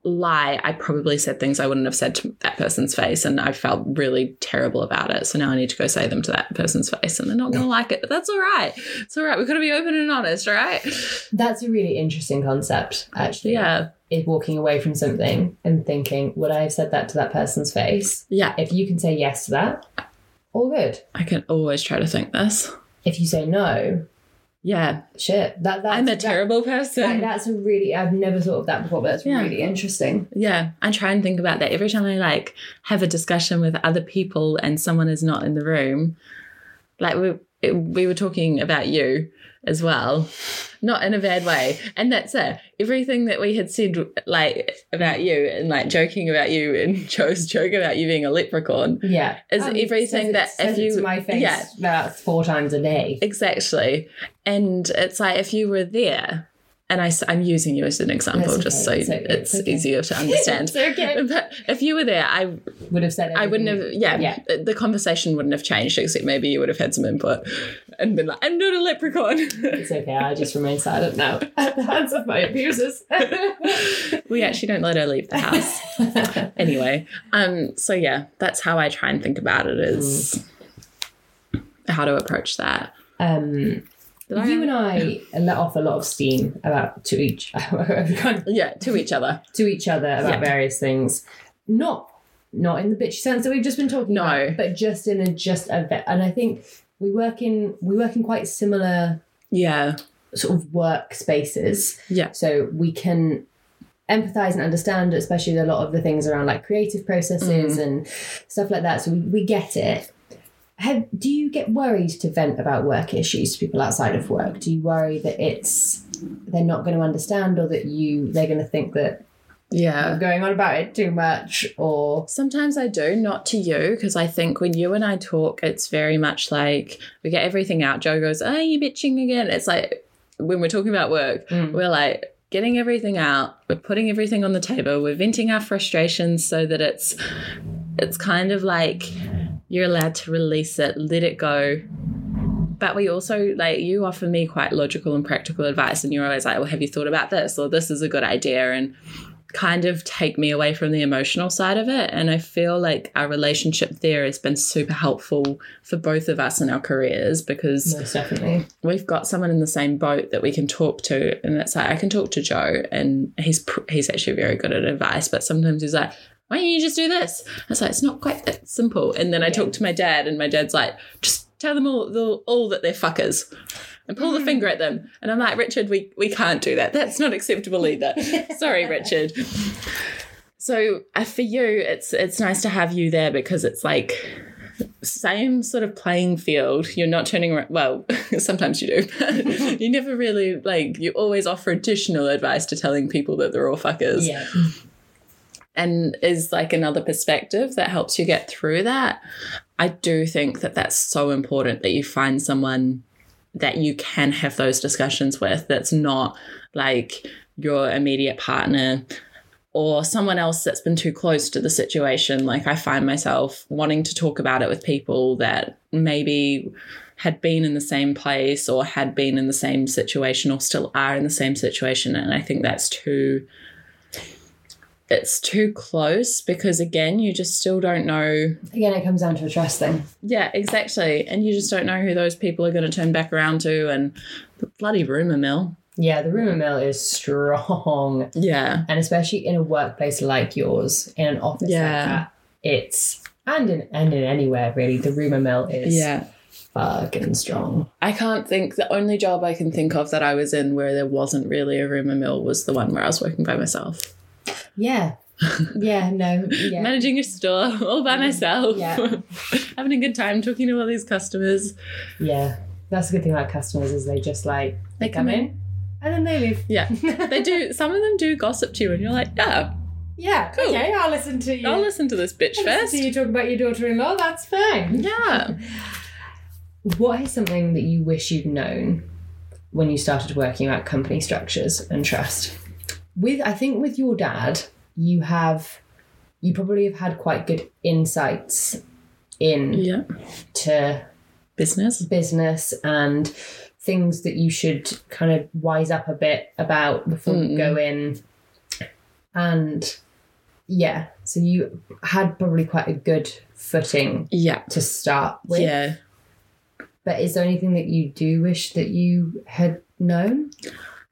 S2: lie, I probably said things I wouldn't have said to that person's face, and I felt really terrible about it. So now I need to go say them to that person's face, and they're not going to like it. But that's all right. It's all right. We've got to be open and honest, all right?
S1: That's a really interesting concept, actually.
S2: Yeah.
S1: Is walking away from something and thinking, would I have said that to that person's face?
S2: Yeah.
S1: If you can say yes to that, all good.
S2: I can always try to think this.
S1: If you say no,
S2: Yeah.
S1: shit. That that's
S2: I'm a
S1: that-
S2: terrible
S1: that-
S2: person.
S1: that's a really I've never thought of that before, but that's
S2: Yeah.
S1: really interesting.
S2: Yeah, I try and think about that every time I like have a discussion with other people and someone is not in the room. Like we it, we were talking about you as well, not in a bad way, and that's it. Everything that we had said like about you and like joking about you and Joe's joke about you being a leprechaun
S1: Yeah.
S2: is
S1: Um, says
S2: everything
S1: it-
S2: that if
S1: says it
S2: you
S1: to my face
S2: yeah
S1: about four times a day.
S2: exactly, and it's like if you were there. And I, am using you as an example
S1: That's
S2: just so
S1: okay,
S2: it's,
S1: it's okay, it's okay.
S2: easier to understand.
S1: It's okay.
S2: But if you were there, I
S1: Would have said
S2: I wouldn't have.
S1: everything.
S2: Yeah,
S1: Yeah.
S2: The, the conversation wouldn't have changed, except maybe you would have had some input and been like, "I'm not a leprechaun."
S1: It's okay, I just remain silent now at the hands of my abusers.
S2: we actually don't let her leave the house anyway. Um. So yeah, that's how I try and think about it is how to approach that.
S1: um,
S2: Did I-
S1: you and I let off a lot of steam about to each
S2: yeah, to each other.
S1: to each other about
S2: Yeah.
S1: various things, not not in the bitchy sense that we've just been talking
S2: No.
S1: about, but just in a just a bit. And I think we work in we work in quite similar
S2: Yeah,
S1: sort of work spaces.
S2: Yeah.
S1: So we can empathize and understand, especially a lot of the things around like creative processes and stuff like that. So we, we get it. Have, do you get worried to vent about work issues to people outside of work? Do you worry that it's they're not going to understand or that you they're going to think that
S2: yeah.
S1: I'm going on about it too much or
S2: Sometimes I do, not to you, because I think when you and I talk, it's very much like we get everything out. Joe goes, "Oh, you bitching again." It's like when we're talking about work, we're like getting everything out. We're putting everything on the table. We're venting our frustrations so that it's it's kind of like you're allowed to release it, let it go. But we also like you offer me quite logical and practical advice, and you're always like, "Well, have you thought about this?" or "This is a good idea," and kind of take me away from the emotional side of it. And I feel like our relationship there has been super helpful for both of us in our careers because
S1: most definitely.
S2: we've got someone in the same boat that we can talk to. And it's like, I can talk to Joe, and he's pr- he's actually very good at advice, but sometimes he's like, why don't you just do this? I was like, it's not quite that simple. And then I talk to my dad, and my dad's like, just tell them all, the- all that they're fuckers and pull the finger at them. And I'm like, Richard, we, we can't do that. That's not acceptable either. Sorry, Richard. So uh, for you, it's it's nice to have you there because it's like same sort of playing field. You're not turning around. Well, sometimes you do. but you never really like. You always offer additional advice to telling people that they're all fuckers,
S1: Yeah.
S2: and is like another perspective that helps you get through that. I do think that that's so important that you find someone that you can have those discussions with. That's not like your immediate partner or someone else that's been too close to the situation. Like I find myself wanting to talk about it with people that maybe had been in the same place or had been in the same situation or still are in the same situation. And I think that's too it's too close because again you just still don't know
S1: Again, it comes down to a trust thing.
S2: yeah, exactly. And you just don't know who those people are going to turn back around to and the bloody rumor mill.
S1: Yeah, the rumor mill is strong.
S2: Yeah.
S1: and especially in a workplace like yours, in an office
S2: Yeah.
S1: like that, it's and in and in anywhere really, the rumor mill is
S2: Yeah.
S1: fucking strong.
S2: I can't think the only job I can think of that I was in where there wasn't really a rumor mill was the one where I was working by myself.
S1: Yeah, yeah, no, yeah,
S2: Managing a store all by myself.
S1: Yeah.
S2: Having a good time talking to all these customers.
S1: yeah. That's the good thing about customers is they just like
S2: They
S1: come in and then they leave.
S2: Yeah. They do some of them do gossip to you and you're like, yeah,
S1: yeah,
S2: Cool.
S1: okay, I'll listen to you.
S2: I'll listen to this bitch
S1: I'll
S2: first.
S1: listen to you talk about your daughter-in-law. That's fine.
S2: Yeah.
S1: What is something that you wish you'd known when you started working out company structures and trust? With I think with your dad, you have you probably have had quite good insights into
S2: Yeah. Business.
S1: business and things that you should kind of wise up a bit about before you
S2: Mm.
S1: go in. and yeah, so you had probably quite a good footing
S2: Yeah.
S1: to start with.
S2: Yeah.
S1: But is there anything that you do wish that you had known?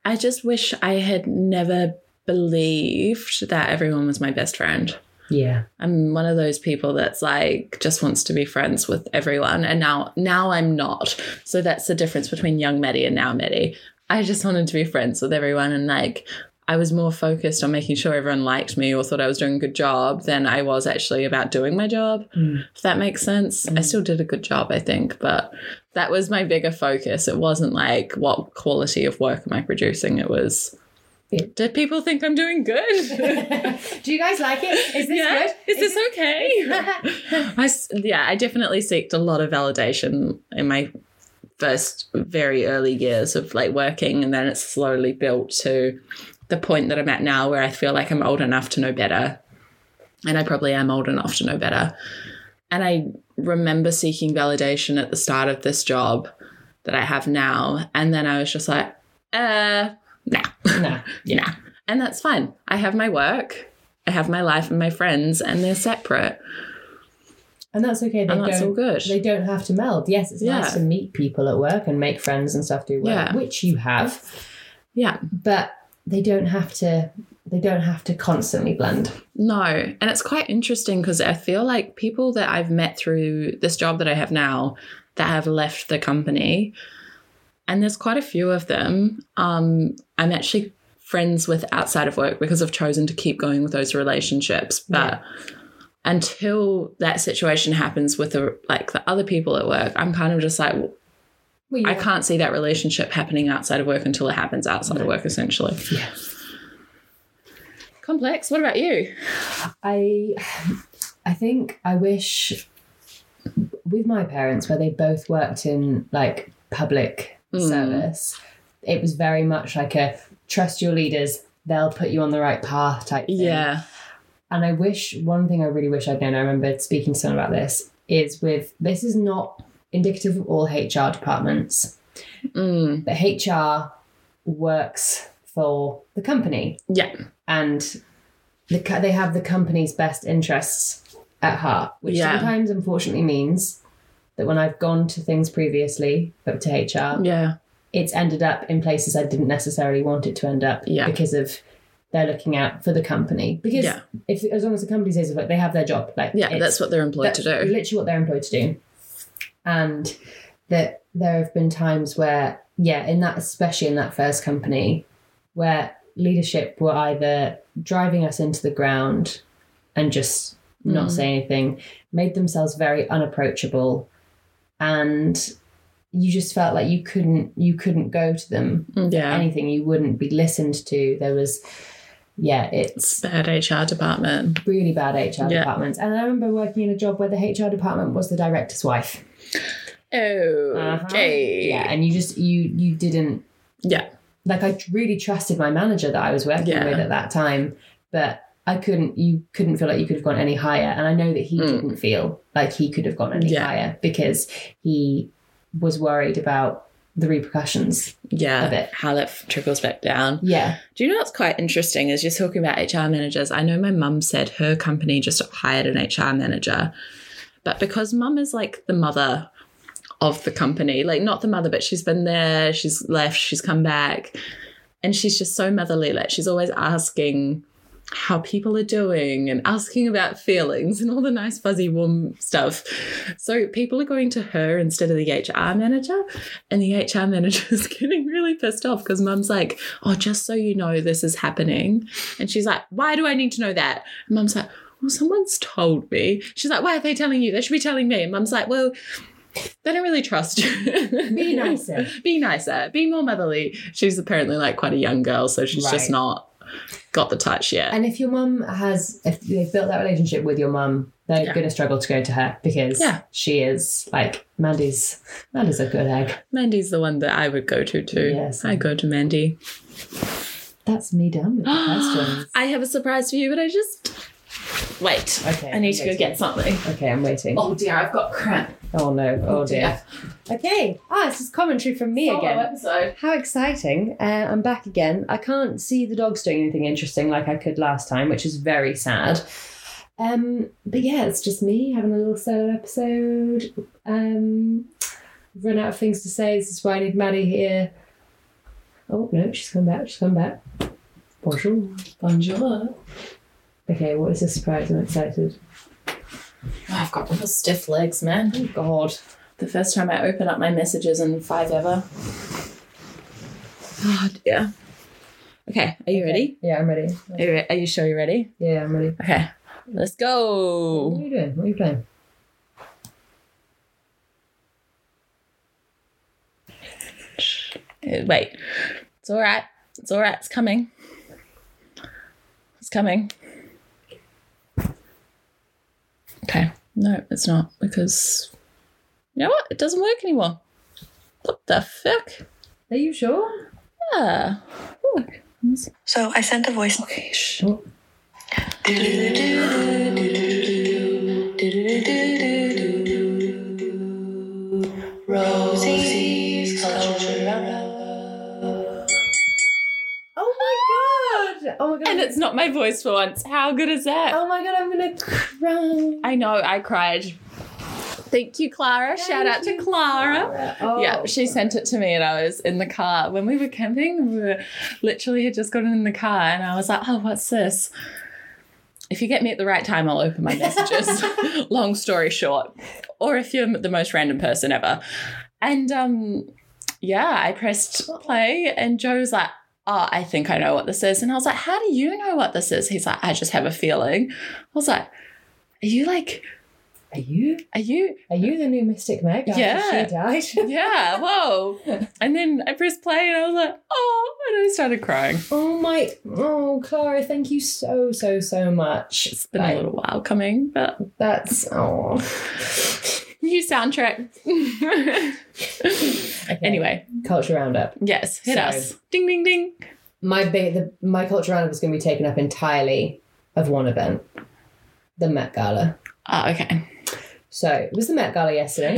S2: I just wish I had never believed that everyone was my best friend.
S1: Yeah.
S2: I'm one of those people that's like just wants to be friends with everyone and now now I'm not. So that's the difference between young Maddie and now Maddie. I just wanted to be friends with everyone and like I was more focused on making sure everyone liked me or thought I was doing a good job than I was actually about doing my job. If that makes sense. I
S1: Mm.
S2: still did a good job, I think, but that was my bigger focus. It wasn't like what quality of work am I producing? It was
S1: Yeah.
S2: did people think I'm doing good?
S1: do you guys like it? Is this
S2: yeah.
S1: good?
S2: Is, this okay?
S1: okay?
S2: I s- yeah, I definitely seeked a lot of validation in my first very early years of like working, and then it slowly built to the point that I'm at now, where I feel like I'm old enough to know better, and I probably am old enough to know better. And I remember seeking validation at the start of this job that I have now, and then I was just like, uh, nah
S1: no.
S2: you know. And that's fine. I have my work, I have my life and my friends, and they're separate.
S1: And that's okay. They
S2: And that's
S1: don't,
S2: all good.
S1: They don't have to meld. Yes, it's
S2: Yeah.
S1: nice to meet people at work and make friends and stuff through work,
S2: Yeah.
S1: which you have.
S2: Yeah.
S1: But they don't have to. They don't have to constantly blend.
S2: No. And it's quite interesting because I feel like people that I've met through this job that I have now that have left the company, and there's quite a few of them. Um, I'm actually friends with outside of work because I've chosen to keep going with those relationships. But until that situation happens with the like the other people at work, I'm kind of just like,
S1: Well, you
S2: I can't see that relationship happening outside of work until it happens outside of work, essentially.
S1: Yeah.
S2: Complex. What about you?
S1: I I think I wish with my parents where they both worked in like public
S2: Mm.
S1: service, it was very much like a trust your leaders, they'll put you on the right path type thing.
S2: Yeah.
S1: And I wish one thing I really wish I'd known, I remember speaking to someone about this, is with this is not indicative of all HR departments,
S2: Mm.
S1: but HR works for the company
S2: Yeah.
S1: and the, co- they have the company's best interests at heart, which
S2: Yeah.
S1: sometimes unfortunately means that when I've gone to things previously, but to HR,
S2: Yeah.
S1: it's ended up in places I didn't necessarily want it to end up
S2: Yeah.
S1: because of they're looking out for the company. Because
S2: Yeah.
S1: if as long as the company says like, they have their job, like
S2: Yeah.
S1: it's-
S2: that's what they're employed
S1: that's
S2: to do.
S1: Literally what they're employed to do. And that there have been times where, yeah, in that especially in that first company, where leadership were either driving us into the ground and just not
S2: Mm.
S1: say anything, made themselves very unapproachable, and you just felt like you couldn't you couldn't go to them
S2: Mm, Yeah.
S1: anything. You wouldn't be listened to. There was yeah, it's
S2: It's bad HR department.
S1: really bad HR
S2: Yeah.
S1: departments. And I remember working in a job where the HR department was the director's wife.
S2: Okay.
S1: Uh-huh. Yeah, and you just you you didn't
S2: Yeah.
S1: like I really trusted my manager that I was working
S2: Yeah.
S1: with at that time, but I couldn't you couldn't feel like you could have gone any higher. And I know that he
S2: Mm.
S1: didn't feel like he could have gone any
S2: Yeah.
S1: higher because he was worried about the repercussions
S2: Yeah.
S1: A bit.
S2: How that f- trickles back down.
S1: yeah
S2: Do you know what's quite interesting is you're talking about HR managers. I know my mum said her company just hired an HR manager, but because mum is like the mother of the company, like not the mother, but she's been there, she's left, she's come back, and she's just so motherly. Like she's always asking how people are doing and asking about feelings and all the nice fuzzy warm stuff. So people are going to her instead of the HR manager, and the HR manager's getting really pissed off because mum's like, Oh, just so you know, this is happening. And she's like, Why do I need to know that? And mum's like, Well, someone's told me. She's like, Why are they telling you? They should be telling me. And mum's like, Well, they don't really trust you.
S1: be nicer
S2: Be nicer. Be more motherly. She's apparently like quite a young girl, so she's just
S1: Right.
S2: not got the touch yet.
S1: And if your mum has, if they've built that relationship with your mum, they're
S2: Yeah.
S1: going to struggle to go to her because
S2: Yeah.
S1: she is like Mandy's. Mandy's a good egg.
S2: Mandy's the one that I would go to too.
S1: Yes.
S2: I go to Mandy.
S1: That's me done with the questions.
S2: I have a surprise for you, but I just wait.
S1: Okay,
S2: I need to
S1: I'm
S2: go get something.
S1: okay, I'm waiting.
S2: Oh dear, I've got cramp.
S1: Oh no. Oh dear. Okay. Ah, this is commentary from me again.
S2: episode.
S1: How exciting. Uh, I'm back again. I can't see the dogs doing anything interesting like I could last time, which is very sad. Um, but yeah, it's just me having a little solo episode. Um, I've run out of things to say. This is why I need Maddie here. Oh, no, she's come back. She's come back. Bonjour.
S2: Bonjour.
S1: Okay, what is this surprise? I'm excited.
S2: I've got real stiff legs, man.
S1: Oh, God.
S2: The first time I open up my messages in five ever. God, yeah. Okay, are you ready?
S1: Yeah, I'm ready.
S2: Are you, re- are you sure you're ready?
S1: Yeah, I'm ready.
S2: Okay, let's
S1: What are
S2: go.
S1: you doing? What are you playing?
S2: Uh, Wait, it's all right. It's all right. It's coming. It's coming. Okay, no, it's not because you know what? It doesn't work anymore. What the fuck?
S1: Are you sure?
S2: Yeah. Look.
S3: So I sent a voice.
S2: Okay, shh.
S3: Rosie's culture hour.
S1: Oh, my God. Oh, my God.
S2: And it's not my voice for once. How good is that?
S1: Oh my god, I'm gonna cry.
S2: I know, I cried. Thank you, Clara. Shout out to Clara.
S1: Oh.
S2: Yeah, she sent it to me, and I was in the car when we were camping. We were literally had just gotten in the car, and I was like, "Oh, what's this?" If you get me at the right time, I'll open my messages. Long story short, or if you're the most random person ever, and um, yeah, I pressed play, and Joe's like, "Oh, I think I know what this is," and I was like, "How do you know what this is?" He's like, "I just have a feeling." I was like, "Are you like?"
S1: Are you?
S2: Are you
S1: Are you the new Mystic Meg? After
S2: Yeah.
S1: She died.
S2: yeah, whoa. And then I pressed play and I was like, oh, and I started crying.
S1: oh my. Oh, Clara, thank you so, so, so much.
S2: It's been
S1: Like,
S2: a little while coming, but
S1: That's. Oh.
S2: new soundtrack.
S1: Okay.
S2: Anyway,
S1: Culture Roundup.
S2: yes, hit
S1: So-
S2: us. Ding, ding, ding.
S1: My big, the, my Culture Roundup is going to be taken up entirely of one event the Met Gala.
S2: Oh, okay.
S1: So it was the Met Gala yesterday.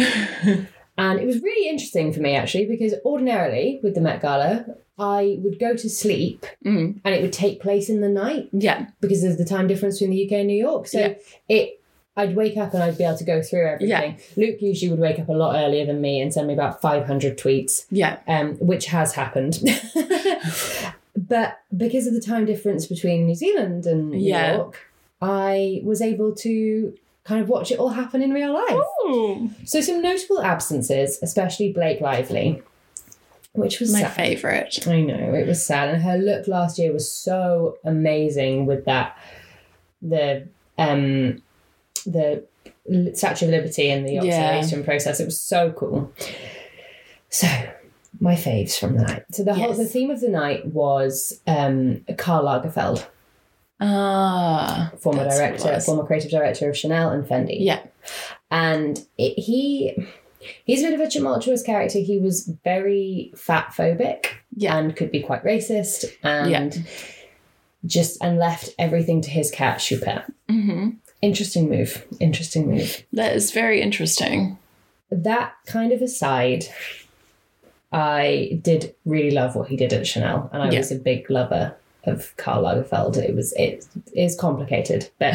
S1: And it was really interesting for me actually because ordinarily with the Met Gala, I would go to sleep
S2: Mm,
S1: and it would take place in the night
S2: yeah,
S1: because there's the time difference between the UK and New York. So
S2: Yeah.
S1: it I'd wake up and I'd be able to go through everything. Luke usually would wake up a lot earlier than me and send me about 500 tweets,
S2: yeah,
S1: um, which has happened. but because of the time difference between New Zealand and New
S2: Yeah.
S1: York, I was able to kind of watch it all happen in real life.
S2: Ooh,
S1: So some notable absences, especially Blake Lively, which was
S2: my
S1: sad.
S2: favorite.
S1: I know it was sad, and her look last year was so amazing with that the um the L- Statue of Liberty and the
S2: Yeah.
S1: observation process. It was so cool. So my faves from the night. So the whole
S2: Yes.
S1: the theme of the night was um Karl Lagerfeld,
S2: Ah,
S1: former
S2: That's what it
S1: director,
S2: was.
S1: former creative director of Chanel and Fendi
S2: yeah,
S1: and it, he he's a bit of a tumultuous character he was very fat phobic
S2: Yeah.
S1: and could be quite racist and
S2: Yeah.
S1: just and left everything to his cat Choupette.
S2: hmm
S1: interesting move interesting move
S2: that is very interesting.
S1: that kind of aside i did really love what he did at chanel and i
S2: Yeah.
S1: was a big lover of Karl Lagerfeld, it was it is complicated, but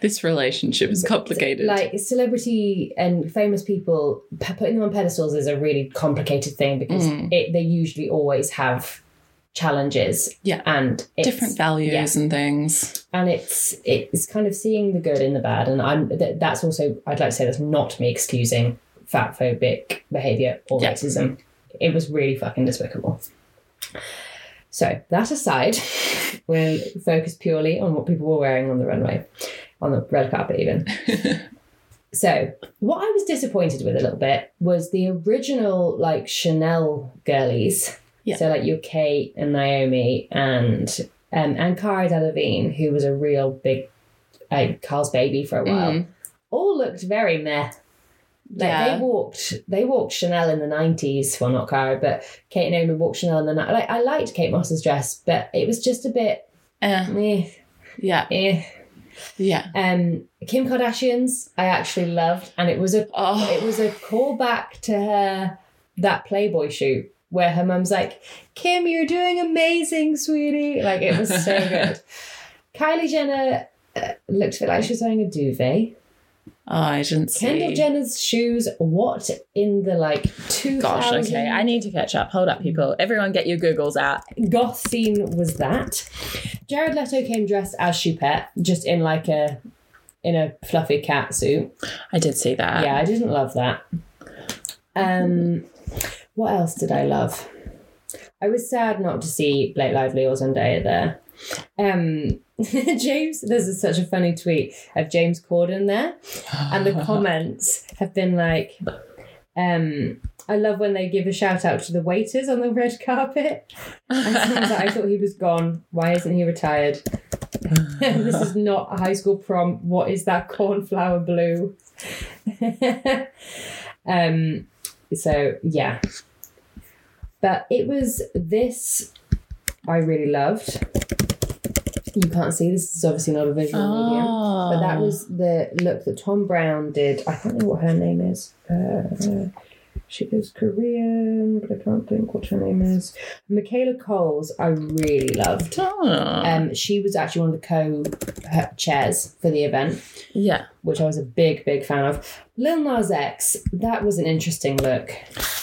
S2: this relationship is complicated.
S1: Like celebrity and famous people, p- putting them on pedestals is a really complicated thing because
S2: Mm.
S1: it, they usually always have challenges.
S2: Yeah.
S1: and it's,
S2: different values and things.
S1: and it's it's kind of seeing the good in the bad, and I'm th- that's also I'd like to say that's not me excusing fat phobic behavior or
S2: Yeah.
S1: racism. It was really fucking despicable. So that aside, we'll focus purely on what people were wearing on the runway, on the red carpet even. So, what I was disappointed with a little bit was the original like Chanel girlies.
S2: Yeah.
S1: So like your Kate and Naomi and um, and Cara Delevingne, who was a real big uh, Carl's baby for a while,
S2: Mm,
S1: all looked very meh. Like
S2: Yeah.
S1: they walked, they walked Chanel in the nineties. Well, not Cara, but Kate and Naomi walked Chanel in the night. Like I liked Kate Moss's dress, but it was just a bit
S2: eh,
S1: eh,
S2: yeah,
S1: eh.
S2: Yeah.
S1: Um, Kim Kardashian's I actually loved, and it was a
S2: Oh,
S1: it was a callback to her that Playboy shoot where her mum's like, "Kim, you're doing amazing, sweetie." Like it was so good. Kylie Jenner uh, looked a bit like she was wearing a duvet.
S2: Oh, I didn't see.
S1: Kendall Jenner's shoes. What in the like two
S4: Gosh,
S1: thousand
S4: okay. I need to catch up. Hold up, people.
S1: Mm-hmm.
S4: Everyone get your Googles out.
S1: goth scene was that? Jared Leto came dressed as Choupette, just in like a in a fluffy cat suit.
S4: I did see
S2: Ah.
S4: that.
S1: yeah, I didn't love that. Um, what else did I love? I was sad not to see Blake Lively or Zendaya there. Um, James, this is such a funny tweet of James Corden there, and the comments have been like, um, "I love when they give a shout out to the waiters on the red carpet." And someone's like, "I thought he was gone. Why isn't he retired?" this is not a high school prom. What is that cornflower blue? um, so yeah, but it was this I really loved. You can't see this is obviously not a visual medium,
S4: Oh.
S1: but that
S2: Um,
S1: was the look that Tom Brown did. I can't remember what her name is. Uh, she is Korean, but I can't think what her name is. Michaela Coles, I really loved.
S2: Uh-huh.
S4: Oh.
S1: Um, she was actually one of the co chairs for the event,
S4: yeah.
S1: which I was a big, big fan of. Lil Nas X, that was an interesting look.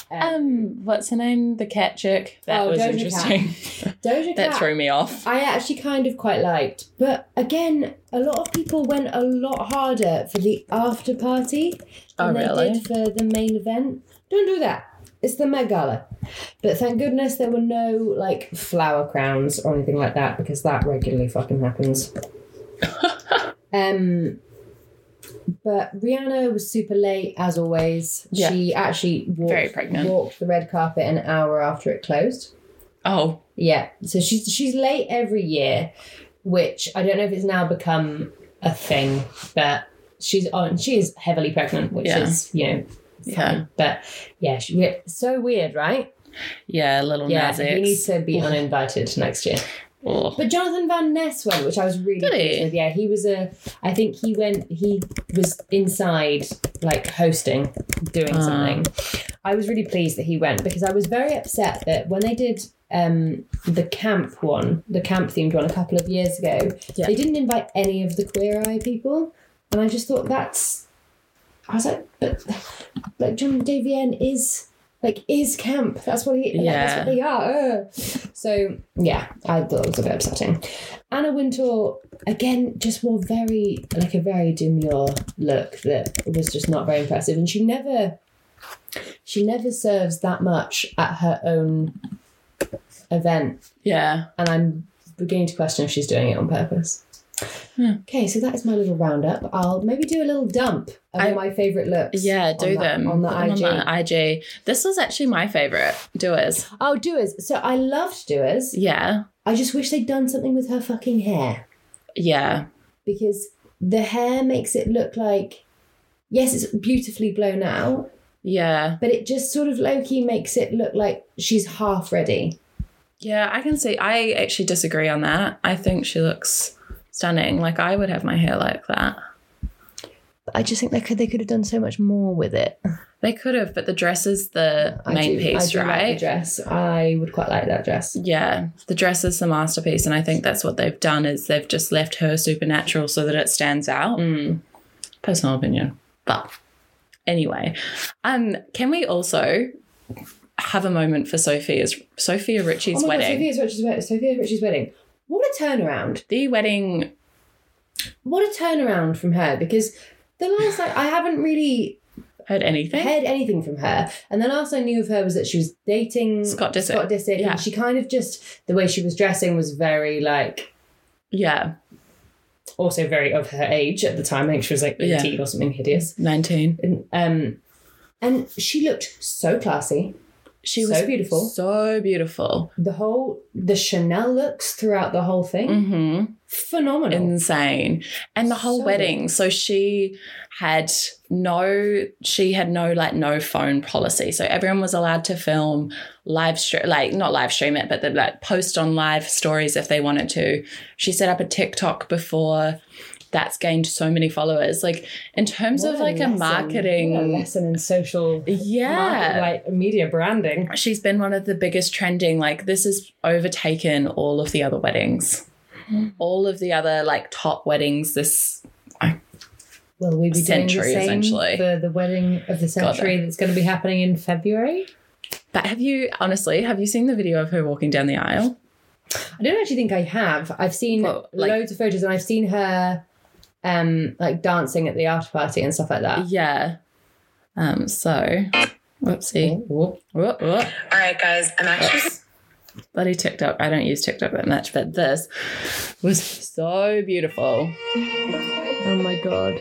S1: Um,
S4: Um, what's her name? The cat chick. That
S1: Oh,
S4: was
S1: Doja
S4: interesting.
S1: Doja
S4: that
S1: Cat,
S4: threw me off.
S1: I actually kind of quite liked, but again, a lot of people went a lot harder for the after party than
S4: Oh,
S1: they
S4: really?
S1: did for the main event. Don't do that. It's the Met Gala. But thank goodness there were no like flower crowns or anything like that because that regularly fucking happens. um but Rihanna was super late as always.
S4: Yeah.
S1: She actually walked,
S4: Very pregnant.
S1: walked the red carpet an hour after it closed.
S2: oh,
S1: Yeah. So she's she's late every year, which I don't know if it's now become a thing, but she's on she is heavily pregnant, which
S2: Yeah.
S1: is, you know,
S2: yeah,
S1: but yeah, she, we're- so weird, right?
S2: yeah, little
S1: Yeah,
S2: Nas
S1: he
S2: X.
S1: needs to be uninvited next year.
S2: Oh.
S1: But Jonathan Van Ness went, which I was really
S2: Did he?
S1: pleased with. Yeah, he was a. I think he went. He was inside, like hosting, doing
S2: Ah.
S1: something. I was really pleased that he went because I was very upset that when they did um the camp one, the camp themed one, a couple of years ago,
S4: Yeah.
S1: they didn't invite any of the queer eye people, and I just thought that's. I was like, but like John Davian is like is camp. That's what he. Yeah. that's
S2: Yeah.
S1: what they are. uh. So yeah, I thought it was a bit upsetting. Anna Wintour again just wore very like a very demure look that was just not very impressive, and she never she never serves that much at her own event,
S2: yeah.
S1: and I'm beginning to question if she's doing it on purpose.
S2: Hmm.
S1: Okay, so that is my little roundup. I'll maybe do a little dump of
S2: I-
S1: my favorite looks.
S2: Yeah, do
S1: on that-
S2: them
S1: on the
S2: Put them
S1: IG.
S2: the IG. This was actually my favorite doers.
S1: Oh, doers. So I loved doers.
S2: Yeah,
S1: I just wish they'd done something with her fucking hair.
S2: yeah,
S1: because the hair makes it look like yes it's beautifully blown out
S2: yeah,
S1: but it just sort of low-key makes it look like she's half ready
S2: yeah. I can see. I actually disagree on that. I think she looks stunning. Like I would have my hair like that.
S1: but i just think they could they could have done so much more with it
S2: They could have, but the dress is the
S1: I
S2: main
S1: do-
S2: piece,
S1: I do like
S2: right?
S1: the dress i would quite like that dress
S2: yeah, the dress is the masterpiece, and I think that's what they've done is they've just left her supernatural so that it stands out.
S1: Hmm.
S2: Personal opinion, but anyway, um, can we also have a moment for Sophia's Sophia Richie's
S1: oh my
S2: wedding?
S1: god sophia's richie's, wed- Sophia Richie's wedding what a turnaround
S2: The wedding,
S1: what a turnaround from her because the last like i haven't really
S2: heard anything?
S1: heard anything from her and the last i knew of her was that she was dating
S2: Scott Disick.
S1: Scott Disick,
S2: Yeah.
S1: and she kind of just the way she was dressing was very like
S2: yeah,
S1: also very of her age at the time. I think she was like
S2: Yeah.
S1: eighteen or something hideous.
S2: nineteen.
S1: And, um, and she looked so classy.
S2: She
S1: So
S2: was
S1: beautiful.
S2: so beautiful.
S1: The whole the Chanel looks throughout the whole thing
S2: hmm
S1: phenomenal.
S2: insane and the whole
S1: Oh. So
S2: wedding so she had no she had no like no phone policy so everyone was allowed to film live stream like not live stream it but they'd like post on live stories if they wanted to she set up a tiktok before that's gained so many followers. Like in terms
S1: What
S2: of like a
S1: lesson. What a
S2: marketing,
S1: lesson in social market,
S2: yeah,
S1: like media branding.
S2: she's been one of the biggest trending. Like this has overtaken all of the other weddings,
S1: Hmm.
S2: all of the other like top weddings. This
S1: Well, we'll be
S2: Century,
S1: doing the same
S2: essentially.
S1: for the wedding of the
S2: God,
S1: century that's going to be happening in February.
S2: but have you honestly have you seen the video of her walking down the aisle?
S1: I don't actually think I have. I've seen
S2: Well, like-
S1: loads of photos, and I've seen her um like dancing at the after party and stuff like that.
S2: Yeah. Um. So, whoopsie.
S1: Oh,
S2: Whoop, whoop.
S5: All right, guys, I'm actually
S2: bloody TikTok. I don't use TikTok that much, but this was so beautiful.
S1: oh my god!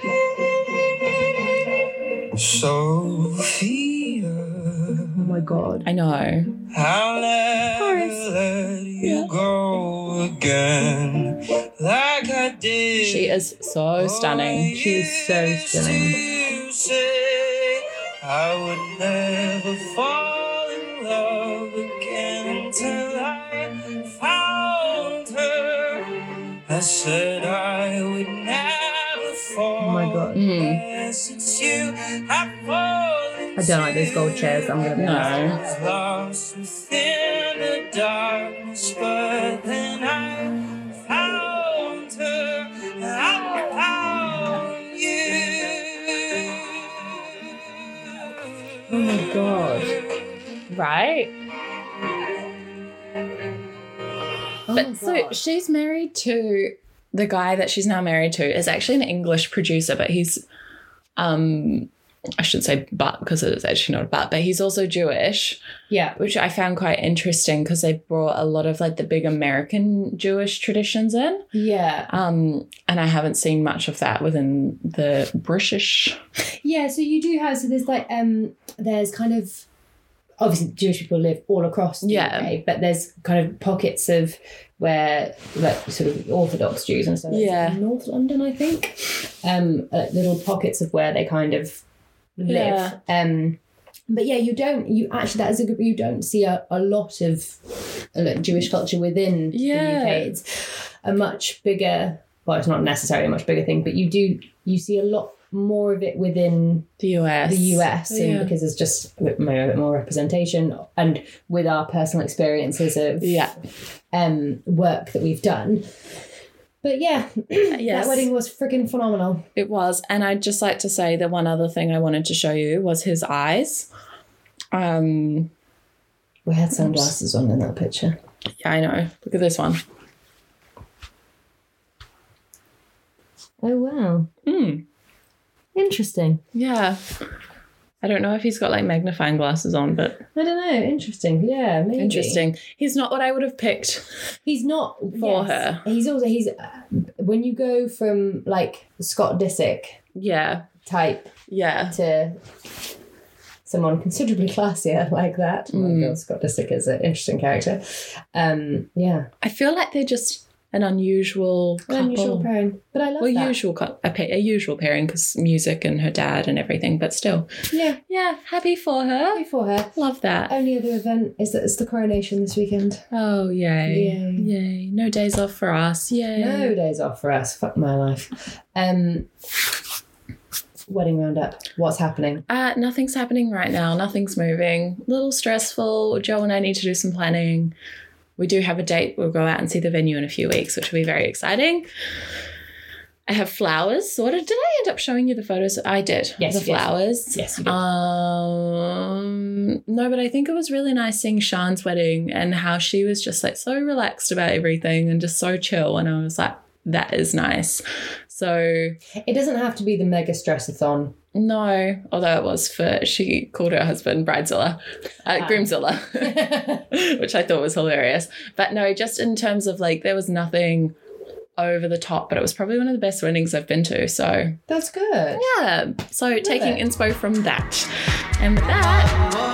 S6: Sophia,
S1: Oh my god!
S2: I know.
S6: I'll never let you go again, like I did.
S2: She is so
S6: Oh,
S2: stunning.
S1: She is so
S6: Used to say I would never fall in love again till I found her. I said I would never fall.
S1: Oh my god!
S2: Mm.
S6: Yes, it's you. I fall
S1: I don't like those gold chairs. I'm gonna be honest.
S2: No.
S6: was lost within the darkness, but then I found her, and I found you.
S1: Oh my god!
S4: Right?
S1: Oh my
S2: But so
S1: God.
S2: she's married to the guy that she's now married to is actually an English producer, but he's um I should say but because it is actually not a but, but he's also Jewish,
S1: yeah.
S2: which I found quite interesting because they brought a lot of like the big American Jewish traditions in.
S1: Yeah.
S2: Um, and I haven't seen much of that within the British.
S1: Yeah, so you do have so there's like um there's kind of obviously Jewish people live all across the
S2: Yeah.
S1: UK, but there's kind of pockets of where like sort of Orthodox Jews and stuff. like
S2: Yeah.
S1: in North London, I think. Um, like little pockets of where they kind of live. Um, but yeah, you don't. You actually that is a group you don't see a, a lot of uh, like Jewish culture within the
S2: Yeah.
S1: UK. It's a much bigger. Well, it's not necessarily a much bigger thing, but you do you see a lot more of it within
S2: The US.
S1: the US
S2: Oh, Yeah.
S1: and because there's just a bit more, a bit more representation and with our personal experiences of
S2: Yeah.
S1: um, work that we've done. But yeah,
S2: Yes.
S1: that wedding was freaking phenomenal.
S2: It was. And I'd just like to say that one other thing I wanted to show you was his eyes. Um,
S1: We had sunglasses on in that picture.
S2: yeah, I know. Look at this one.
S1: Oh wow,
S2: Hmm.
S1: interesting.
S2: Yeah. I don't know if he's got like magnifying glasses on, but
S1: I don't know, interesting. Yeah, maybe
S2: interesting. He's not what I would have picked.
S1: He's not
S2: For her.
S1: He's also he's uh, when you go from like Scott Disick
S2: Yeah.
S1: type
S2: Yeah.
S1: to someone considerably classier like that. Oh
S2: Mm.
S1: My God, Scott Disick is an interesting character. Um, yeah,
S2: I feel like they're just an unusual couple.
S1: unusual pairing, but I love
S2: well,
S1: that.
S2: usual cou- a, pa- a usual pairing because music and her dad and everything, but still,
S1: Yeah,
S2: yeah, happy for her.
S1: happy for her.
S2: Love that.
S1: Only other event is that it's the coronation this weekend.
S2: Oh, yay.
S1: Yay.
S2: Yay. No days off for us. Yay.
S1: No days off for us. Fuck my life. Um, wedding roundup. What's happening?
S2: Uh, nothing's happening right now. Nothing's moving. little stressful. Joe and I need to do some planning. We do have a date. We'll go out and see the venue in a few weeks, which will be very exciting. I have flowers sorted. Did I end up showing you the photos? I did.
S1: Yes,
S2: The
S1: you did.
S2: flowers.
S1: Yes, you did.
S2: Um, no, but I think it was really nice seeing Sean's wedding and how she was just like so relaxed about everything and just so chill. And I was like, that is nice. So
S1: It doesn't have to be the mega stressathon.
S2: no, although it was for she called her husband Bridezilla, uh,
S1: Ah.
S2: Groomzilla, which I thought was hilarious. But no, just in terms of like there was nothing over the top, but it was probably one of the best weddings I've been to. So
S1: That's good.
S2: yeah, so taking
S1: it.
S2: inspo from that, and with that,